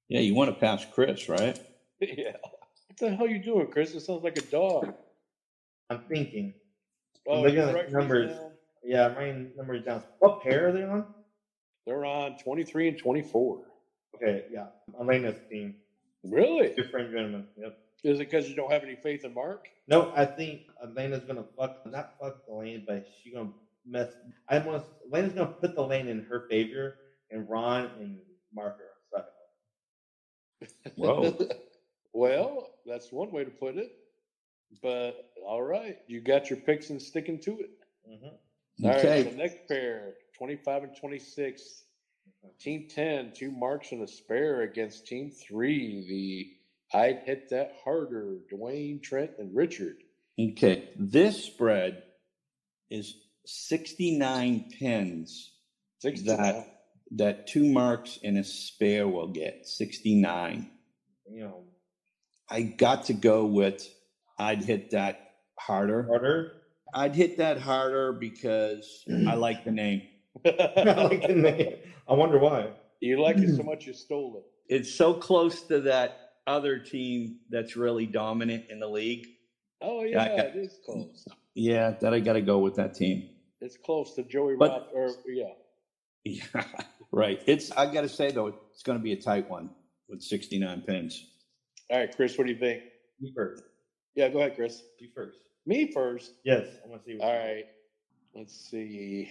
[SPEAKER 3] Yeah, you want to pass Chris, right?
[SPEAKER 1] yeah. What the hell you doing, Chris? It sounds like a dog.
[SPEAKER 2] I'm thinking.
[SPEAKER 1] Oh,
[SPEAKER 2] Look
[SPEAKER 1] you
[SPEAKER 2] at the
[SPEAKER 1] write these
[SPEAKER 2] numbers.
[SPEAKER 1] down?
[SPEAKER 2] Yeah, I'm writing numbers down. What pair are they on?
[SPEAKER 1] They're on 23 and 24.
[SPEAKER 2] Okay, yeah. Elena's team.
[SPEAKER 1] Really?
[SPEAKER 2] Your friend gentlemen. Yep.
[SPEAKER 1] Is it because you don't have any faith in Mark?
[SPEAKER 2] No, I think Elena's gonna fuck not fuck the lane, but she gonna mess I want Elena's gonna put the lane in her favor and Ron and Marker suck.
[SPEAKER 3] Whoa.
[SPEAKER 1] well, that's one way to put it. But all right, you got your picks and sticking to it.
[SPEAKER 2] Mm-hmm.
[SPEAKER 1] All right,
[SPEAKER 3] Okay.
[SPEAKER 1] the next pair, 25 and 26. Team 10, two marks and a spare against Team 3. The I'd hit that harder, Dwayne, Trent, and Richard.
[SPEAKER 3] Okay. This spread is 69 pins
[SPEAKER 1] 69.
[SPEAKER 3] That- that two marks and a spare will get. 69.
[SPEAKER 2] You know,
[SPEAKER 3] I got to go with I'd hit that harder.
[SPEAKER 2] harder.
[SPEAKER 3] I'd hit that harder because I like the name.
[SPEAKER 2] I like the name. I wonder why.
[SPEAKER 1] you like it so much you stole it.
[SPEAKER 3] It's so close to that other team that's really dominant in the league.
[SPEAKER 1] Oh,
[SPEAKER 3] Yeah,
[SPEAKER 1] yeah,
[SPEAKER 3] I got-
[SPEAKER 1] it is close.
[SPEAKER 3] Yeah, that I got to go with that team.
[SPEAKER 1] It's close to Joey
[SPEAKER 3] But-
[SPEAKER 1] Roth. Or, yeah.
[SPEAKER 3] Yeah, right. It's I got to say though, it's going to be a tight one with 69 pins.
[SPEAKER 1] All right, Chris, what do you think?
[SPEAKER 2] You first.
[SPEAKER 1] Yeah, go ahead, Chris.
[SPEAKER 2] You first.
[SPEAKER 1] Me first.
[SPEAKER 2] Yes, I want to see.
[SPEAKER 1] All right. Let's see.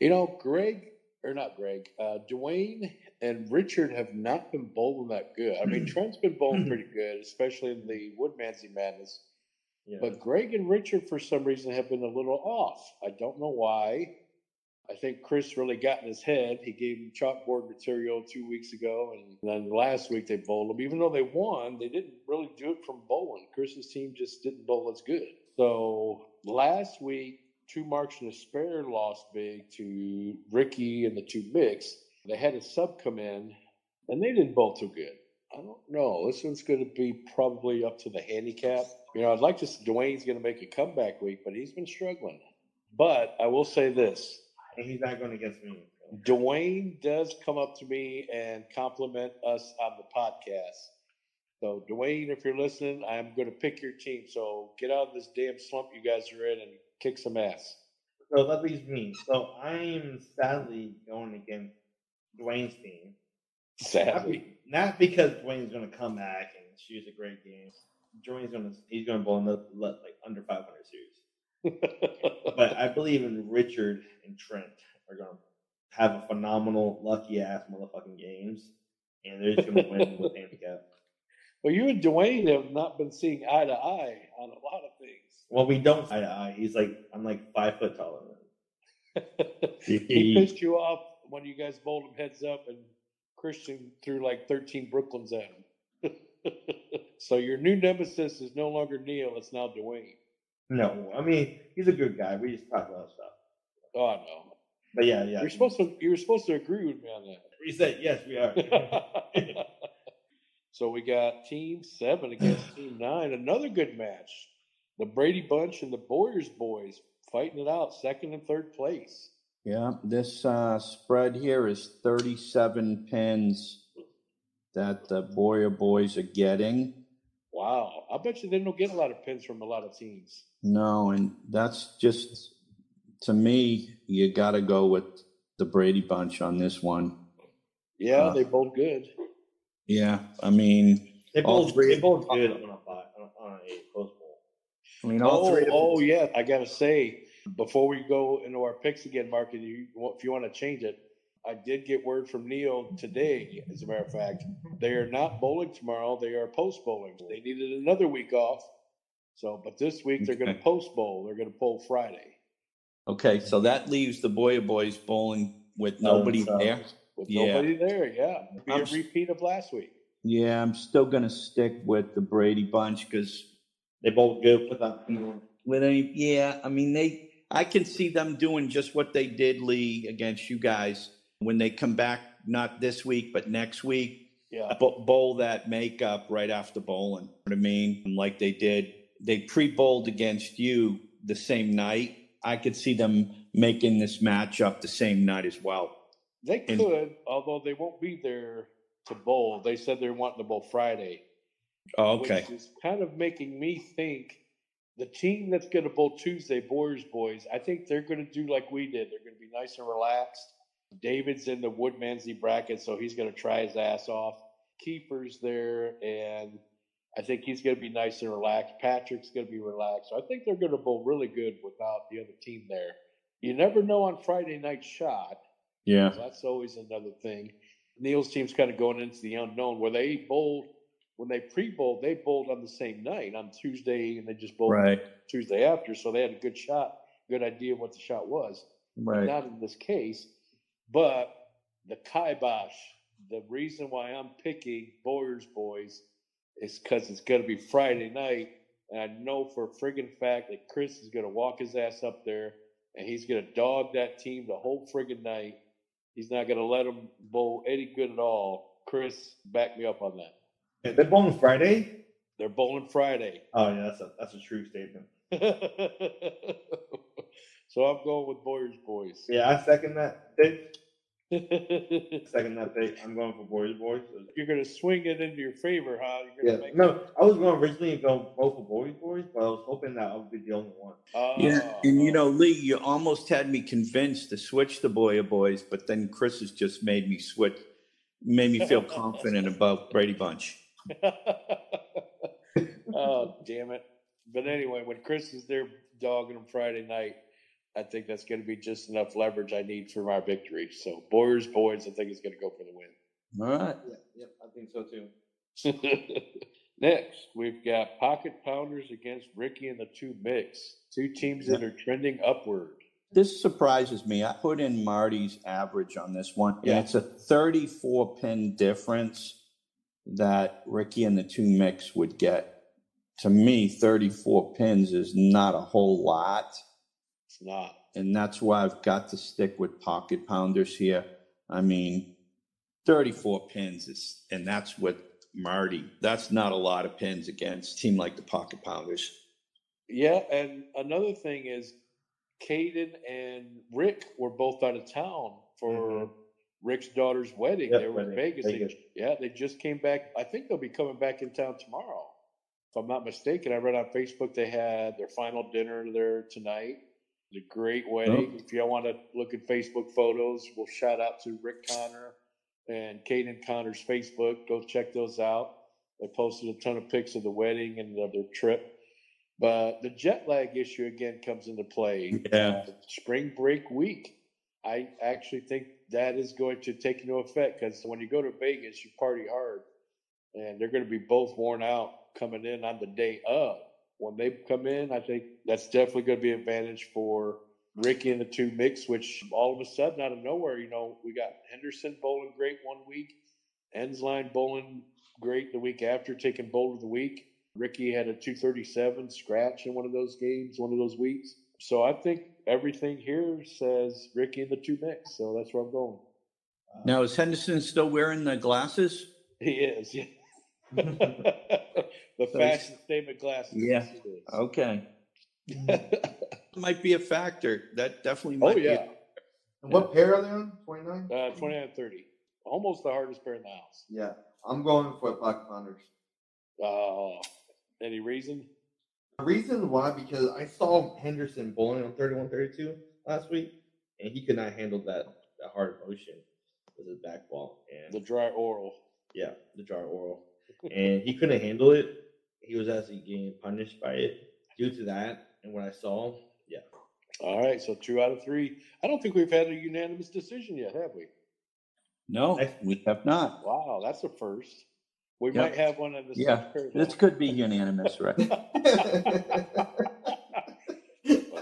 [SPEAKER 1] You know, Greg, or not Greg, uh, Dwayne and Richard have not been bowling that good. I mean, Trent's been bowling pretty good, especially in the Woodmansey Madness.
[SPEAKER 2] Yeah.
[SPEAKER 1] But Greg and Richard, for some reason, have been a little off. I don't know why. I think Chris really got in his head. He gave him chalkboard material two weeks ago, and then last week they bowled him. Even though they won, they didn't really do it from bowling. Chris's team just didn't bowl as good. So last week, two marks and a spare lost big to Ricky and the two mix. They had a sub come in, and they didn't bowl too good. I don't know. This one's going to be probably up to the handicap. You know, I'd like to see Dwayne's going to make a comeback week, but he's been struggling. But I will say this
[SPEAKER 2] And he's not going against me. so.
[SPEAKER 1] Dwayne does come up to me and compliment us on the podcast. So, Dwayne, if you're listening, I'm going to pick your team. So, get out of this damn slump you guys are in and kick some ass.
[SPEAKER 2] So that leaves me. So I'm sadly going against Dwayne's team. Not,
[SPEAKER 1] Sadly.
[SPEAKER 2] be- not because Dwayne's going to come back and shoot a great game. Dwayne's going to he's going to bowl another let- like under 500 series. But I believe in Richard and Trent are going to have a phenomenal lucky ass motherfucking games, and they're just going to win with handicap.
[SPEAKER 1] well, you and Dwayne have not been seeing eye to eye on a lot of things.
[SPEAKER 2] Well, we don't eye to eye. He's like I'm like five foot taller. than him.
[SPEAKER 1] he pissed you off when you guys bowled him heads up and Christian threw like 13 Brooklyns at him. so your new nemesis is no longer Neil, it's now Dwayne.
[SPEAKER 2] No, I mean he's a good guy. We just talk about stuff.
[SPEAKER 1] Oh no.
[SPEAKER 2] But yeah, yeah.
[SPEAKER 1] You're supposed to you were supposed to agree with me on
[SPEAKER 2] reset. Yes, we are.
[SPEAKER 1] that. so we got team seven against team nine. Another good match. The Brady Bunch and the Boyers boys fighting it out, second and third place.
[SPEAKER 3] Yeah, this uh, spread here is 37 pins that the Boyer boys are getting.
[SPEAKER 1] Wow. I bet you they don't get a lot of pins from a lot of teams.
[SPEAKER 3] No, and that's just to me. You got to go with the Brady bunch on this one.
[SPEAKER 1] Yeah,
[SPEAKER 3] Uh,
[SPEAKER 1] they bowled good.
[SPEAKER 3] Yeah, I mean,
[SPEAKER 2] They
[SPEAKER 3] All
[SPEAKER 2] both
[SPEAKER 3] three
[SPEAKER 2] they
[SPEAKER 3] of
[SPEAKER 2] both good on a five on a close bowl.
[SPEAKER 3] I mean
[SPEAKER 1] oh,
[SPEAKER 3] all three. Of them,
[SPEAKER 1] oh yeah, I gotta say, before we go into our picks again, Mark, and you, if you want to change it, I did get word from Neil today, as a matter of fact. They are not bowling tomorrow. They are post bowling. They needed another week off. So, but this week they're going to
[SPEAKER 3] Okay.
[SPEAKER 1] post bowl. They're going to bowl Friday.
[SPEAKER 3] oh, Okay, so that leaves the Boyer boys bowling with
[SPEAKER 2] Oh,
[SPEAKER 3] nobody
[SPEAKER 2] so-
[SPEAKER 3] there.
[SPEAKER 1] With
[SPEAKER 3] Yeah.
[SPEAKER 1] nobody there, yeah. Be
[SPEAKER 3] I'm
[SPEAKER 1] a
[SPEAKER 3] s-
[SPEAKER 1] repeat of last week.
[SPEAKER 3] Yeah, I'm still going to stick with the Brady bunch because
[SPEAKER 2] They both good without feeling.
[SPEAKER 3] with any, yeah, I mean they, I can see them doing just what they did, Lee, against you guys when they come back, not this week but next week.
[SPEAKER 1] Yeah.
[SPEAKER 3] bo- bowl that makeup right after bowling. You know what I mean? And Like they did, they pre bowled against you the same night. I could see them making this matchup the same night as well.
[SPEAKER 1] They
[SPEAKER 3] And-
[SPEAKER 1] could, although they won't be there to bowl. They said they're wanting to bowl Friday.
[SPEAKER 3] Oh, okay.
[SPEAKER 1] Which is kind of making me think the team that's going to bowl Tuesday, Boyers Boys, I think they're going to do like we did. They're going to be nice and relaxed. David's in the Woodmansey bracket, so he's going to try his ass off. Keeper's there, and I think he's going to be nice and relaxed. Patrick's going to be relaxed. So I think they're going to bowl really good without the other team there. You never know on Friday night shot.
[SPEAKER 3] Yeah.
[SPEAKER 1] So that's always another thing. Neil's team's kind of going into the unknown where they bowled when they pre bowled, they bowled on the same night on Tuesday and they just bowled
[SPEAKER 3] Right.
[SPEAKER 1] Tuesday after. So they had a good shot, good idea what the shot was.
[SPEAKER 3] Right.
[SPEAKER 1] Not in this case, but the kibosh, the reason why I'm picking Boyer's Boys is because it's going to be Friday night. And I know for a friggin' fact that Chris is going to walk his ass up there and he's going to dog that team the whole friggin' night. He's not going to let them bowl any good at all. Chris, back me up on that.
[SPEAKER 2] Yeah, They bowling Friday.
[SPEAKER 1] They're bowling Friday.
[SPEAKER 2] Oh yeah, that's a that's a true statement.
[SPEAKER 1] so I'm going with Boyer's Boys.
[SPEAKER 2] Yeah, I second that pick. Second that pick. I'm going for Boys Boys.
[SPEAKER 1] You're going to swing it into your favor, huh? You're
[SPEAKER 2] Yeah,
[SPEAKER 1] gonna make
[SPEAKER 2] no, I was going originally going both for Boys Boys, but I was hoping that I would be the only one.
[SPEAKER 1] Oh.
[SPEAKER 3] Yeah. And you know, Lee, you almost had me convinced to switch the Boyer boys, but then Chris has just made me switch, made me feel confident about Brady Bunch.
[SPEAKER 1] oh, damn it. But anyway, when Chris is there dogging him Friday night, I think that's going to be just enough leverage I need for my victory. So, Boyer's Boys, I think, is going to go for the
[SPEAKER 3] All right.
[SPEAKER 2] Yeah, yep, I think so too.
[SPEAKER 1] win. Next, we've got Pocket Pounders against Ricky and the Two Mix. Two teams that are trending upward.
[SPEAKER 3] This surprises me. I put in Marty's average on this one, and
[SPEAKER 1] Yeah.
[SPEAKER 3] it's a 34 pin difference that Ricky and the two mix would get. To me, 34 pins is not a whole lot,
[SPEAKER 1] It's not.
[SPEAKER 3] and that's why I've got to stick with pocket pounders here. I mean, 34 pins is, and that's what Marty. That's not a lot of pins against a team like the pocket pounders.
[SPEAKER 1] Yeah, and another thing is, Caden and Rick were both out of town for Rick's daughter's wedding.
[SPEAKER 2] Yeah,
[SPEAKER 1] they were in
[SPEAKER 2] Mm-hmm. wedding,
[SPEAKER 1] Vegas. They-
[SPEAKER 2] Vegas.
[SPEAKER 1] yeah, they just came back. I think they'll be coming back in town tomorrow, if I'm not mistaken. I read on Facebook they had their final dinner there tonight. It's a great
[SPEAKER 2] Oh.
[SPEAKER 1] wedding. If y'all want to look at Facebook photos, we'll shout out to Rick Connor and Caden Connor's Facebook. Go check those out. They posted a ton of pics of the wedding and of their trip. But the jet lag issue again comes into play.
[SPEAKER 3] Yeah.
[SPEAKER 1] Uh, spring break week. I actually think that is going to take into effect because when you go to Vegas, you party hard, and they're going to be both worn out coming in on the day of. When they come in, I think that's definitely going to be an advantage for Ricky and the two mix. Which all of a sudden, out of nowhere, you know, we got Henderson bowling great one week, Ensline bowling great the week after, taking bowl of the week. Ricky had a 237 scratch in one of those games, one of those weeks. So I think everything here says Ricky and the two mix. So that's where I'm going.
[SPEAKER 3] Now, is Henderson still wearing the glasses?
[SPEAKER 1] He is. Yeah. the fashion statement glasses.
[SPEAKER 3] Yeah. Oh,
[SPEAKER 1] Yes, he is.
[SPEAKER 3] Okay. might be a factor. That definitely
[SPEAKER 1] Oh,
[SPEAKER 3] might
[SPEAKER 1] yeah.
[SPEAKER 2] And what pair are they on? Twenty nine.
[SPEAKER 1] Uh, 29 30. Almost the hardest pair in the house.
[SPEAKER 2] Yeah, I'm going for Pocket Pounders.
[SPEAKER 1] Uh, any reason?
[SPEAKER 2] The reason why, because I saw Henderson bowling on 31-32 last week, and he could not handle that, that hard motion with his back ball. And
[SPEAKER 1] The dry oral.
[SPEAKER 2] yeah, the jar oral. And he couldn't handle it. He was actually getting punished by it due to that. And what I saw, yeah.
[SPEAKER 1] All right, so two out of three. I don't think we've had a unanimous decision yet, have we?
[SPEAKER 3] No, we have not.
[SPEAKER 1] Wow, that's a first. We
[SPEAKER 3] Yep.
[SPEAKER 1] might have one on the
[SPEAKER 3] Yeah,
[SPEAKER 1] secretary.
[SPEAKER 3] This could be unanimous, right?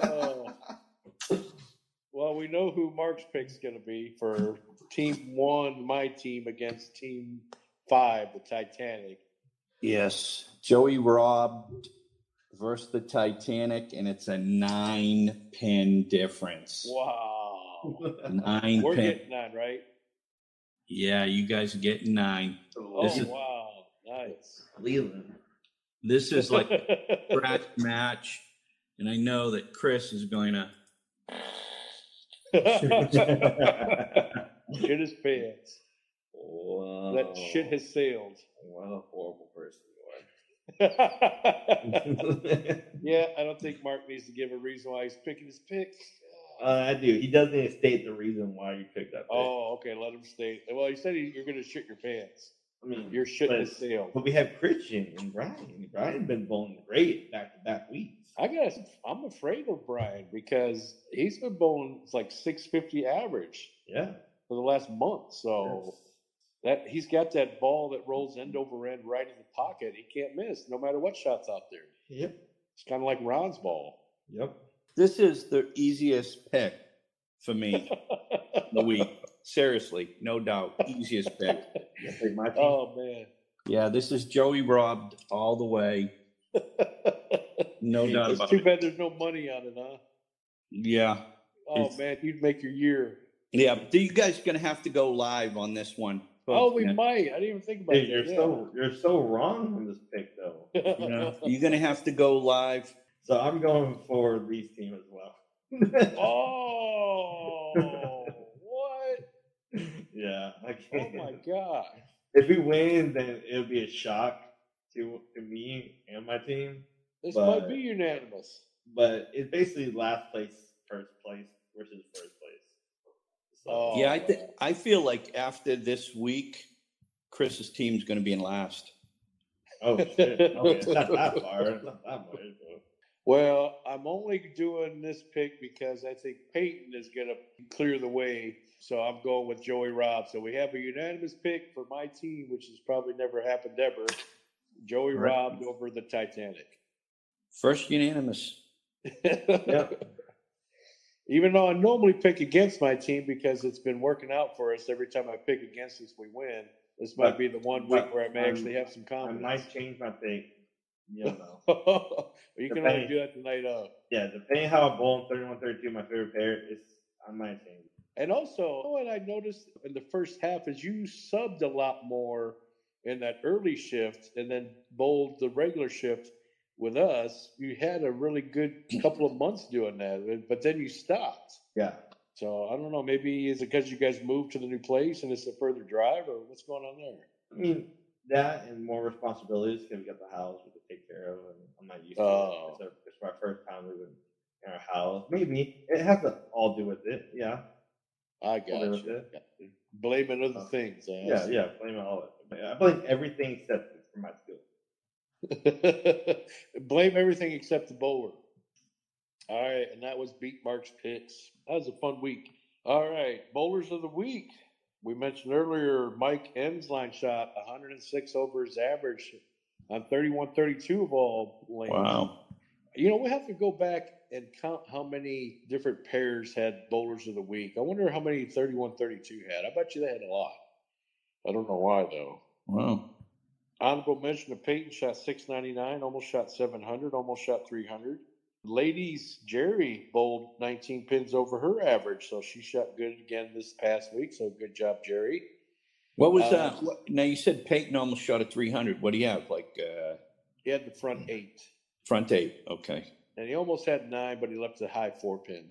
[SPEAKER 1] Oh. Well, we know who Mark's pick's going to be for team one, my team against team five, the Titanic.
[SPEAKER 3] yes. Joey Robb versus the Titanic, and it's a nine pin difference.
[SPEAKER 1] Wow.
[SPEAKER 3] Nine
[SPEAKER 1] We're
[SPEAKER 3] pin.
[SPEAKER 1] getting on, right?
[SPEAKER 3] yeah, you guys are getting nine.
[SPEAKER 1] Oh,
[SPEAKER 3] This is-
[SPEAKER 1] wow. Nice.
[SPEAKER 2] Leland.
[SPEAKER 3] This is like scratch match, and I know that Chris is going to.
[SPEAKER 1] shit his pants.
[SPEAKER 2] Wow.
[SPEAKER 1] That shit
[SPEAKER 3] Oh.
[SPEAKER 1] has sailed.
[SPEAKER 2] What a horrible person
[SPEAKER 1] yeah,
[SPEAKER 2] you are.
[SPEAKER 1] I don't think Mark needs to give a reason why he's picking his picks.
[SPEAKER 2] Uh, I do. He doesn't even state the reason why you picked that. pick.
[SPEAKER 1] Oh, okay. Let him stay. Well, you said he- you're going to shit your pants.
[SPEAKER 2] I mean,
[SPEAKER 1] Your shit has
[SPEAKER 2] But-
[SPEAKER 1] sailed.
[SPEAKER 2] but we have Christian and Brian. Brian's been bowling great back to back weeks.
[SPEAKER 1] I guess I'm afraid of Brian because he's been bowling it's like 650 average
[SPEAKER 2] Yeah.
[SPEAKER 1] for the last month. So that he's got that ball that rolls end over end right in the pocket. He can't miss no matter what shots out there.
[SPEAKER 2] Yep.
[SPEAKER 1] It's kind of like Ron's ball.
[SPEAKER 2] Yep.
[SPEAKER 3] This is the easiest pick for me the week. Seriously, no doubt, easiest pick.
[SPEAKER 2] You pick my team.
[SPEAKER 1] Oh man,
[SPEAKER 3] Yeah, this is Joey Robb all the way. No doubt
[SPEAKER 1] it's
[SPEAKER 3] about
[SPEAKER 1] too
[SPEAKER 3] it.
[SPEAKER 1] bad there's no money on it, huh?
[SPEAKER 3] Yeah,
[SPEAKER 1] Oh
[SPEAKER 3] It's-
[SPEAKER 1] man, you'd make your year.
[SPEAKER 3] yeah. but you guys are gonna have to go live on this one?
[SPEAKER 1] Oh, we
[SPEAKER 3] Yeah.
[SPEAKER 1] might. I didn't even think about
[SPEAKER 2] Dude,
[SPEAKER 1] it.
[SPEAKER 2] you're so you're so wrong on this pick though.
[SPEAKER 3] Yeah. You're gonna have to go live.
[SPEAKER 2] So I'm going for Lee's team as well.
[SPEAKER 1] oh, what?
[SPEAKER 2] yeah. I
[SPEAKER 1] Oh
[SPEAKER 2] can't.
[SPEAKER 1] my god.
[SPEAKER 2] If we win, then it'll be a shock to to me and my team.
[SPEAKER 1] This
[SPEAKER 2] But-
[SPEAKER 1] might be unanimous.
[SPEAKER 2] But it's basically last place, first place versus first place. So,
[SPEAKER 1] Oh.
[SPEAKER 3] yeah, I th- I feel like after this week, Chris's team's gonna be in last.
[SPEAKER 2] Oh shit! Okay, it's not that far. It's not that much. But...
[SPEAKER 1] Well, I'm only doing this pick because I think Peyton is going to clear the way. So I'm going with Joey Robb. So we have a unanimous pick for my team, which has probably never happened ever. Joey
[SPEAKER 3] Right.
[SPEAKER 1] Robb over the Titanic.
[SPEAKER 3] First unanimous.
[SPEAKER 2] Yep.
[SPEAKER 1] Even though I normally pick against my team because it's been working out for us. Every time I pick against us, we win. This might
[SPEAKER 2] But-
[SPEAKER 1] be the one
[SPEAKER 2] but
[SPEAKER 1] week where I may
[SPEAKER 2] I'm-
[SPEAKER 1] actually have some
[SPEAKER 2] I
[SPEAKER 1] confidence.
[SPEAKER 2] might change my pick. You don't know.
[SPEAKER 1] you can only
[SPEAKER 2] Depending-
[SPEAKER 1] do that uh, the night of.
[SPEAKER 2] yeah, depending how I bowl in 31 32, my favorite pair is I might change.
[SPEAKER 1] And also, what I noticed in the first half is you subbed a lot more in that early shift and then bowled the regular shift with us. You had a really good couple of months doing that, uh, but then you stopped.
[SPEAKER 2] Yeah.
[SPEAKER 1] So I don't know. Maybe is it because you guys moved to the new place and it's a further drive, or what's going on there?
[SPEAKER 2] I mean, that and more responsibilities because we got the house we have to take care of, and I'm not used to
[SPEAKER 1] Oh.
[SPEAKER 2] it. It's, a- it's my first time living in our house. Maybe it has to all do with it. Yeah.
[SPEAKER 1] I got
[SPEAKER 2] Whatever.
[SPEAKER 1] you. Blaming other things. I
[SPEAKER 2] Yeah, yeah. Blame it all. I blame everything except for my skill.
[SPEAKER 1] see. Blame everything except the bowler. All right, and that was beat Mark's picks. That was a fun week. All right, bowlers of the week. We mentioned earlier Mike M's line shot 106 over his average on 31-32 of all lanes.
[SPEAKER 3] Wow.
[SPEAKER 1] You know, we have to go back and count how many different pairs had bowlers of the week. I wonder how many 31 32 had. I bet you they had a lot. I don't know why, though.
[SPEAKER 3] Wow.
[SPEAKER 1] Honorable mention of Peyton shot 699, almost shot 700, almost shot 300. Ladies, Jerry bowled 19 pins over her average, so she shot good again this past week. So good job, Jerry.
[SPEAKER 3] What was
[SPEAKER 1] Uh,
[SPEAKER 3] uh, what, now? You said Peyton almost shot at three hundred. What do you have? Like uh,
[SPEAKER 1] He had the
[SPEAKER 3] Mm.
[SPEAKER 1] front eight,
[SPEAKER 3] front eight? Okay.
[SPEAKER 1] and he almost had nine, but he left a high four pin.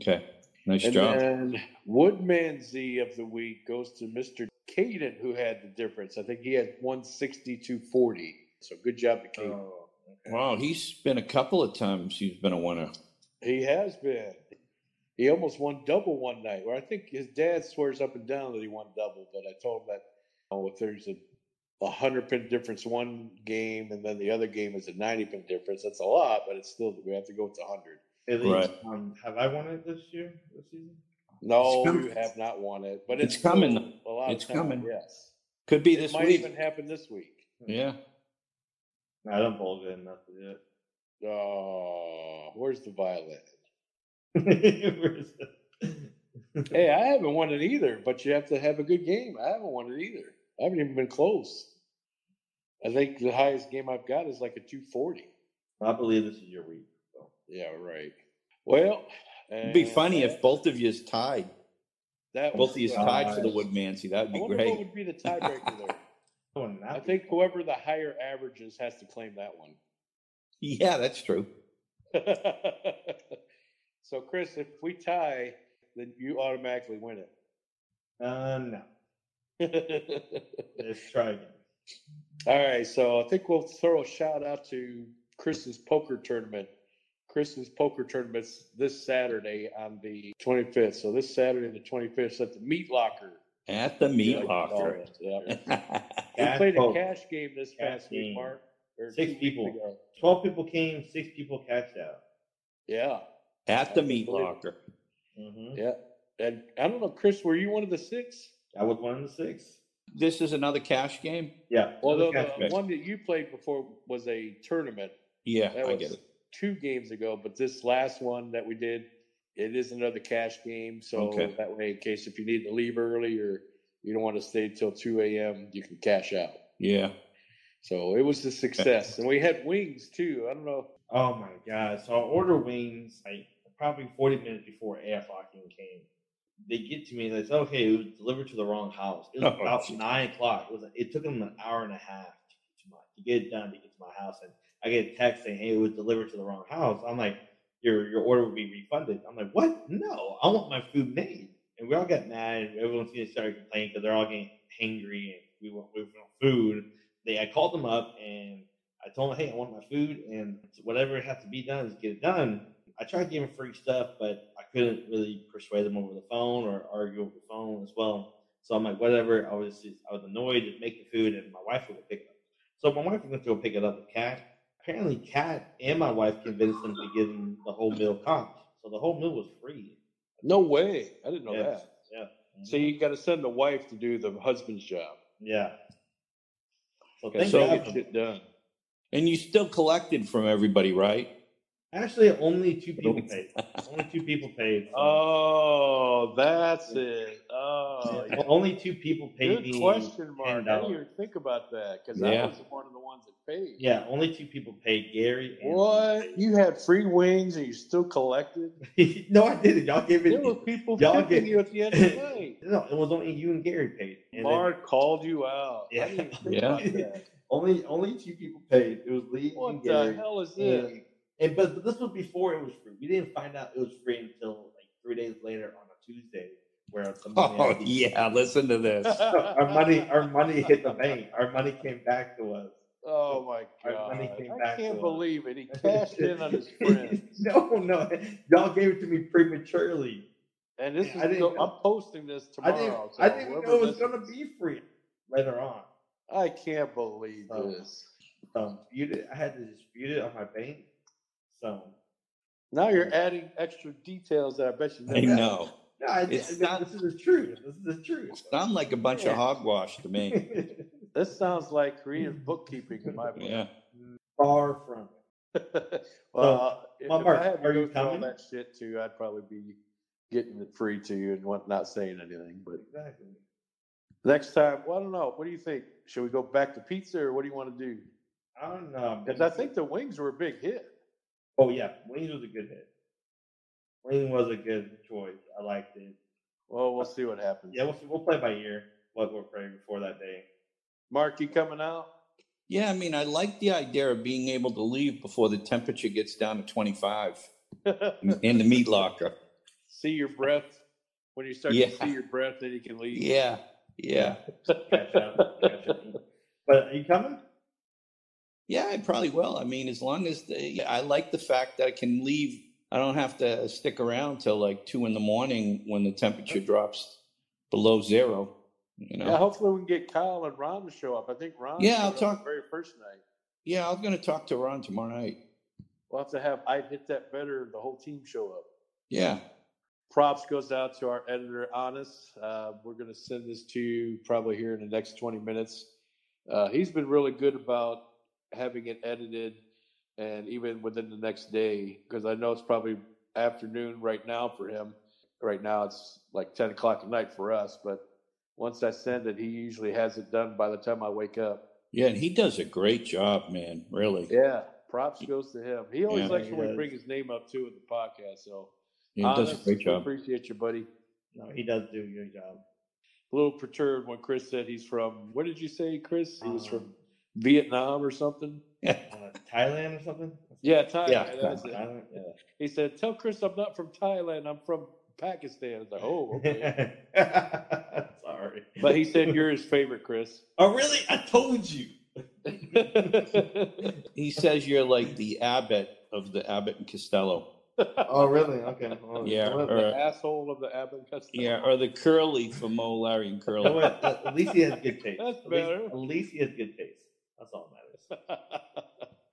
[SPEAKER 3] Okay. Nice
[SPEAKER 1] And
[SPEAKER 3] job.
[SPEAKER 1] then Woodman Z of the week goes to Mr. Caden, who had the difference. I think he had 162.40. So good job to Caden.
[SPEAKER 2] Oh,
[SPEAKER 3] Wow, he's been a couple of times. He's been a winner.
[SPEAKER 1] He has been. He almost won double one night. Where I think his dad swears up and down that he won double, but I told him that oh, if there's a, a hundred pin difference one game and then the other game is a ninety pin difference, that's a lot, but it's still we have to go to hundred.
[SPEAKER 2] At least,
[SPEAKER 3] Right.
[SPEAKER 2] um, have I won it this year, this season?
[SPEAKER 1] No,
[SPEAKER 3] It's coming.
[SPEAKER 1] you have not won it, but
[SPEAKER 3] It's
[SPEAKER 1] it's,
[SPEAKER 3] coming.
[SPEAKER 1] still A lot
[SPEAKER 3] It's
[SPEAKER 1] of time,
[SPEAKER 3] coming.
[SPEAKER 1] Yes,
[SPEAKER 3] Could be
[SPEAKER 1] it
[SPEAKER 3] this
[SPEAKER 1] might
[SPEAKER 3] week.
[SPEAKER 1] even happen this week.
[SPEAKER 3] Yeah.
[SPEAKER 2] No, I don't bowl good enough to do
[SPEAKER 1] Oh, where's the violin?
[SPEAKER 2] it.
[SPEAKER 1] Hey, I haven't won it either, but you have to have a good game. I haven't won it either. I haven't even been close. I think the highest game I've got is like a 240.
[SPEAKER 2] I believe this is your week. So.
[SPEAKER 1] Yeah, right. Well,
[SPEAKER 3] It'd be
[SPEAKER 1] uh,
[SPEAKER 3] funny if both of you is tied.
[SPEAKER 1] that
[SPEAKER 3] Both
[SPEAKER 1] was-
[SPEAKER 3] of you is
[SPEAKER 1] uh,
[SPEAKER 3] tied for the Woodmancy. That would
[SPEAKER 1] I
[SPEAKER 3] be
[SPEAKER 1] wonder what
[SPEAKER 3] great.
[SPEAKER 1] would be the tiebreaker there.
[SPEAKER 2] I wouldn't
[SPEAKER 1] I
[SPEAKER 2] have
[SPEAKER 1] think whoever the higher averages has to claim that one.
[SPEAKER 3] Yeah, that's true.
[SPEAKER 1] so, Chris, if we tie, then you automatically win
[SPEAKER 2] to. Uh, no.
[SPEAKER 1] it.
[SPEAKER 2] Let's try again.
[SPEAKER 1] All right, so I think we'll throw a shout out to Chris's poker tournament. Chris's poker tournament's this Saturday on the 25th. So this Saturday, the 25th, is at the Meat Locker.
[SPEAKER 3] At the meat
[SPEAKER 1] Yeah,
[SPEAKER 3] locker.
[SPEAKER 1] yeah. We
[SPEAKER 2] Cash
[SPEAKER 1] played a
[SPEAKER 2] poker.
[SPEAKER 1] cash game this
[SPEAKER 2] Cash
[SPEAKER 1] past week,
[SPEAKER 2] game.
[SPEAKER 1] Mark. or
[SPEAKER 2] Six
[SPEAKER 1] two weeks
[SPEAKER 2] people.
[SPEAKER 1] ago.
[SPEAKER 2] 12 people came, six people cashed out.
[SPEAKER 1] Yeah,
[SPEAKER 3] At the meat locker.
[SPEAKER 2] hmm
[SPEAKER 1] yeah. And I don't know, Chris, were you one of the six?
[SPEAKER 2] I was one of the six.
[SPEAKER 3] This is another cash game?
[SPEAKER 2] Yeah.
[SPEAKER 1] Although
[SPEAKER 2] cash
[SPEAKER 1] the
[SPEAKER 3] game.
[SPEAKER 1] one that you played before was a tournament.
[SPEAKER 3] Yeah,
[SPEAKER 1] That
[SPEAKER 3] I
[SPEAKER 1] was
[SPEAKER 3] get it.
[SPEAKER 1] two games ago, but this last one that we did, it is another cash game. So
[SPEAKER 3] Okay.
[SPEAKER 1] that way, in case if you need to leave early or you don't want to stay till 2 a.m., you can cash out.
[SPEAKER 3] Yeah.
[SPEAKER 1] So it was a success. And we had wings too. I don't know.
[SPEAKER 2] Oh my god! So I order wings like probably forty minutes before AF Locking came. They get to me and they say, "Okay, it was delivered to the wrong house." It was
[SPEAKER 3] Oh,
[SPEAKER 2] about
[SPEAKER 3] geez.
[SPEAKER 2] nine o'clock. It was. It took them an hour and a half to get to my to get it done to get to my house, and I get a text saying, "Hey, it was delivered to the wrong house." I'm like, "Your your order will be refunded." I'm like, "What? No, I want my food made." And we all got mad, and everyone's gonna start complaining because they're all getting hangry and we want we want food. They I called them up and I told him, hey, I want my food and whatever it has to be done is get it done. I tried giving free stuff, but I couldn't really persuade them over the phone or argue over the phone as well. So I'm like, whatever. I was just, I was annoyed to make the food and my wife would go pick it up. So my wife went to go pick it up with Kat. Apparently, Kat and my wife convinced them to give them the whole meal comp. So the whole meal was free.
[SPEAKER 1] No way. I didn't know
[SPEAKER 2] Yeah. Mm-hmm.
[SPEAKER 1] that. So you got to send the wife to do the husband's job.
[SPEAKER 2] yeah. So
[SPEAKER 1] That's
[SPEAKER 2] thank
[SPEAKER 1] how
[SPEAKER 3] So-
[SPEAKER 1] you
[SPEAKER 2] God
[SPEAKER 1] get
[SPEAKER 2] for
[SPEAKER 1] shit done.
[SPEAKER 3] And you still collected from everybody, right?
[SPEAKER 2] Actually, only two people paid. only two people paid. so-
[SPEAKER 1] Oh, that's it. Oh,
[SPEAKER 2] Well, only two people paid
[SPEAKER 1] good
[SPEAKER 2] me.
[SPEAKER 1] question, Mark. I didn't
[SPEAKER 2] $10.
[SPEAKER 1] even think about that because I
[SPEAKER 3] Yeah.
[SPEAKER 1] was one of the ones that paid.
[SPEAKER 2] Yeah, only two people paid Gary. and-
[SPEAKER 1] What? You had free wings and you still collected?
[SPEAKER 2] no, I didn't. Y'all gave
[SPEAKER 1] There
[SPEAKER 2] it.
[SPEAKER 1] were people
[SPEAKER 2] Y'all
[SPEAKER 1] picking
[SPEAKER 2] get-
[SPEAKER 1] you at the end of the night.
[SPEAKER 2] No, it was only you and Gary paid. And then
[SPEAKER 1] Mark called you out. I
[SPEAKER 2] Yeah.
[SPEAKER 1] didn't even think
[SPEAKER 3] Yeah.
[SPEAKER 1] about that.
[SPEAKER 2] only only two people paid. It was Lee
[SPEAKER 1] What
[SPEAKER 2] and
[SPEAKER 1] the
[SPEAKER 2] Gary.
[SPEAKER 1] hell is this?
[SPEAKER 2] And, and but, but this was before it was free. We didn't find out it was free until like three days later on a Tuesday, where somebody
[SPEAKER 3] Oh,
[SPEAKER 2] had-
[SPEAKER 3] yeah. Listen to this.
[SPEAKER 2] our money our money hit the bank. Our money came back to us.
[SPEAKER 1] Oh my
[SPEAKER 2] Our
[SPEAKER 1] god!
[SPEAKER 2] money came
[SPEAKER 1] I
[SPEAKER 2] back to
[SPEAKER 1] can't
[SPEAKER 2] us.
[SPEAKER 1] believe it. He cashed in on his friends,
[SPEAKER 2] no, no, y'all gave it to me prematurely.
[SPEAKER 1] and this is.
[SPEAKER 2] I didn't
[SPEAKER 1] go-
[SPEAKER 2] know.
[SPEAKER 1] I'm posting this
[SPEAKER 2] I didn't.
[SPEAKER 1] tomorrow. so
[SPEAKER 2] I didn't
[SPEAKER 1] whoever
[SPEAKER 2] know it was
[SPEAKER 1] listens-
[SPEAKER 2] gonna be free later on.
[SPEAKER 1] I can't believe
[SPEAKER 2] Oh.
[SPEAKER 1] this.
[SPEAKER 2] So dispute it. Um, I had to dispute it on my bank. So
[SPEAKER 1] Now you're adding extra details that I bet you
[SPEAKER 3] I
[SPEAKER 1] never.
[SPEAKER 3] know.
[SPEAKER 2] no, I, I mean,
[SPEAKER 3] It's not-
[SPEAKER 2] this is the truth. This is the truth.
[SPEAKER 3] Sound like a bunch of hogwash to me.
[SPEAKER 1] This sounds like creative bookkeeping in my book.
[SPEAKER 3] Yeah.
[SPEAKER 2] Far from it.
[SPEAKER 1] Well, if,
[SPEAKER 2] Well,
[SPEAKER 1] if
[SPEAKER 2] Mark,
[SPEAKER 1] I had to
[SPEAKER 2] are
[SPEAKER 1] go
[SPEAKER 2] you
[SPEAKER 1] through all
[SPEAKER 2] coming?
[SPEAKER 1] that shit too, I'd probably be getting it free to you and what, not saying anything. But
[SPEAKER 2] Exactly.
[SPEAKER 1] next time, well, I don't know. What do you think? Should we go back to pizza or what do you want to do?
[SPEAKER 2] I don't know.
[SPEAKER 1] Because I think the wings were a big hit.
[SPEAKER 2] Oh yeah, Wings was a good hit. Wings was a good choice. I liked it.
[SPEAKER 1] Well, we'll see what happens.
[SPEAKER 2] Yeah, we'll see- we'll play by ear. What we're playing before that day.
[SPEAKER 1] Mark, you coming out?
[SPEAKER 3] Yeah, I mean, I like the idea of being able to leave before the temperature gets down to 25 in the meat locker.
[SPEAKER 1] see your breath. When you start
[SPEAKER 3] Yeah.
[SPEAKER 1] to see your breath, then you can leave.
[SPEAKER 3] Yeah. Yeah.
[SPEAKER 2] Catch up, catch up. But are you coming?
[SPEAKER 3] Yeah, I probably will. I mean, as long as the, yeah, I like the fact that I can leave, I don't have to stick around till like two in the morning when the temperature drops below zero. You know,
[SPEAKER 1] Yeah, hopefully we can get Kyle and Ron to show up. I think Ron.
[SPEAKER 3] Yeah,
[SPEAKER 1] showed
[SPEAKER 3] I'll
[SPEAKER 1] up
[SPEAKER 3] talk-
[SPEAKER 1] the very first night.
[SPEAKER 3] yeah, I'm going to talk to Ron tomorrow night.
[SPEAKER 1] We'll have to have I hit that better. The whole team show up.
[SPEAKER 3] Yeah.
[SPEAKER 1] Props goes out to our editor, Honest. Uh, we're going to send this to you probably here in the next 20 minutes. Uh, he's been really good about having it edited and even within the next day, because I know it's probably afternoon right now for him. Right now it's like 10 o'clock at night for us, but once I send it, he usually has it done by the time I wake up.
[SPEAKER 3] Yeah, and he does a great job, man. Really.
[SPEAKER 1] Yeah, props goes to him. He always
[SPEAKER 3] Yeah.
[SPEAKER 1] likes
[SPEAKER 2] He
[SPEAKER 1] when we
[SPEAKER 2] does.
[SPEAKER 1] bring his name up too in the podcast. So,
[SPEAKER 3] He does a
[SPEAKER 1] Honest,
[SPEAKER 3] great
[SPEAKER 1] we
[SPEAKER 3] job.
[SPEAKER 1] Appreciate you, buddy.
[SPEAKER 2] No, he does do a good job.
[SPEAKER 1] A little perturbed when Chris said he's from. What did you say, Chris? He was
[SPEAKER 2] Um,
[SPEAKER 1] from Vietnam or something.
[SPEAKER 2] uh, Thailand or something.
[SPEAKER 1] Yeah, Thailand.
[SPEAKER 3] Yeah,
[SPEAKER 1] that's it.
[SPEAKER 2] Thailand.
[SPEAKER 1] He said, "Tell Chris I'm not from Thailand. I'm from Pakistan." I was like, "Oh, okay."
[SPEAKER 2] Yeah. Sorry.
[SPEAKER 1] but he said you're his favorite, Chris.
[SPEAKER 2] Oh, really? I told you.
[SPEAKER 3] He says you're like the abbot of the Abbott and Costello.
[SPEAKER 2] Oh, really? Okay. Well,
[SPEAKER 3] Yeah,
[SPEAKER 2] well,
[SPEAKER 3] or-
[SPEAKER 1] the asshole of the Abbott Costello.
[SPEAKER 3] Yeah, or the Curly from Mo, Larry, and
[SPEAKER 2] well,
[SPEAKER 3] Curly.
[SPEAKER 2] well, at at least he has good taste.
[SPEAKER 1] That's
[SPEAKER 2] At least-
[SPEAKER 1] better.
[SPEAKER 2] At least he has good taste. That's all that matters.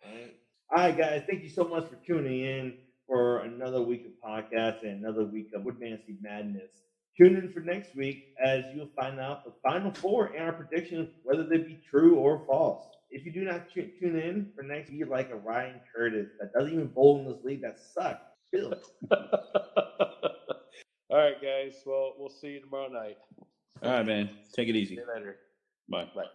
[SPEAKER 2] Alright. All right, guys. Thank you so much for tuning in for another week of podcast and another week of Wood Fantasy Madness. Tune in for next week as you'll find out the final four and our predictions, whether they be true or false. If you do not tu- tune in for next week, like a Ryan Curtis that doesn't even bowl in this league, that sucks. Chill.
[SPEAKER 1] All right, guys. Well, we'll see you tomorrow night.
[SPEAKER 3] All right, man. Take it
[SPEAKER 1] See
[SPEAKER 3] easy.
[SPEAKER 1] you later.
[SPEAKER 3] Bye.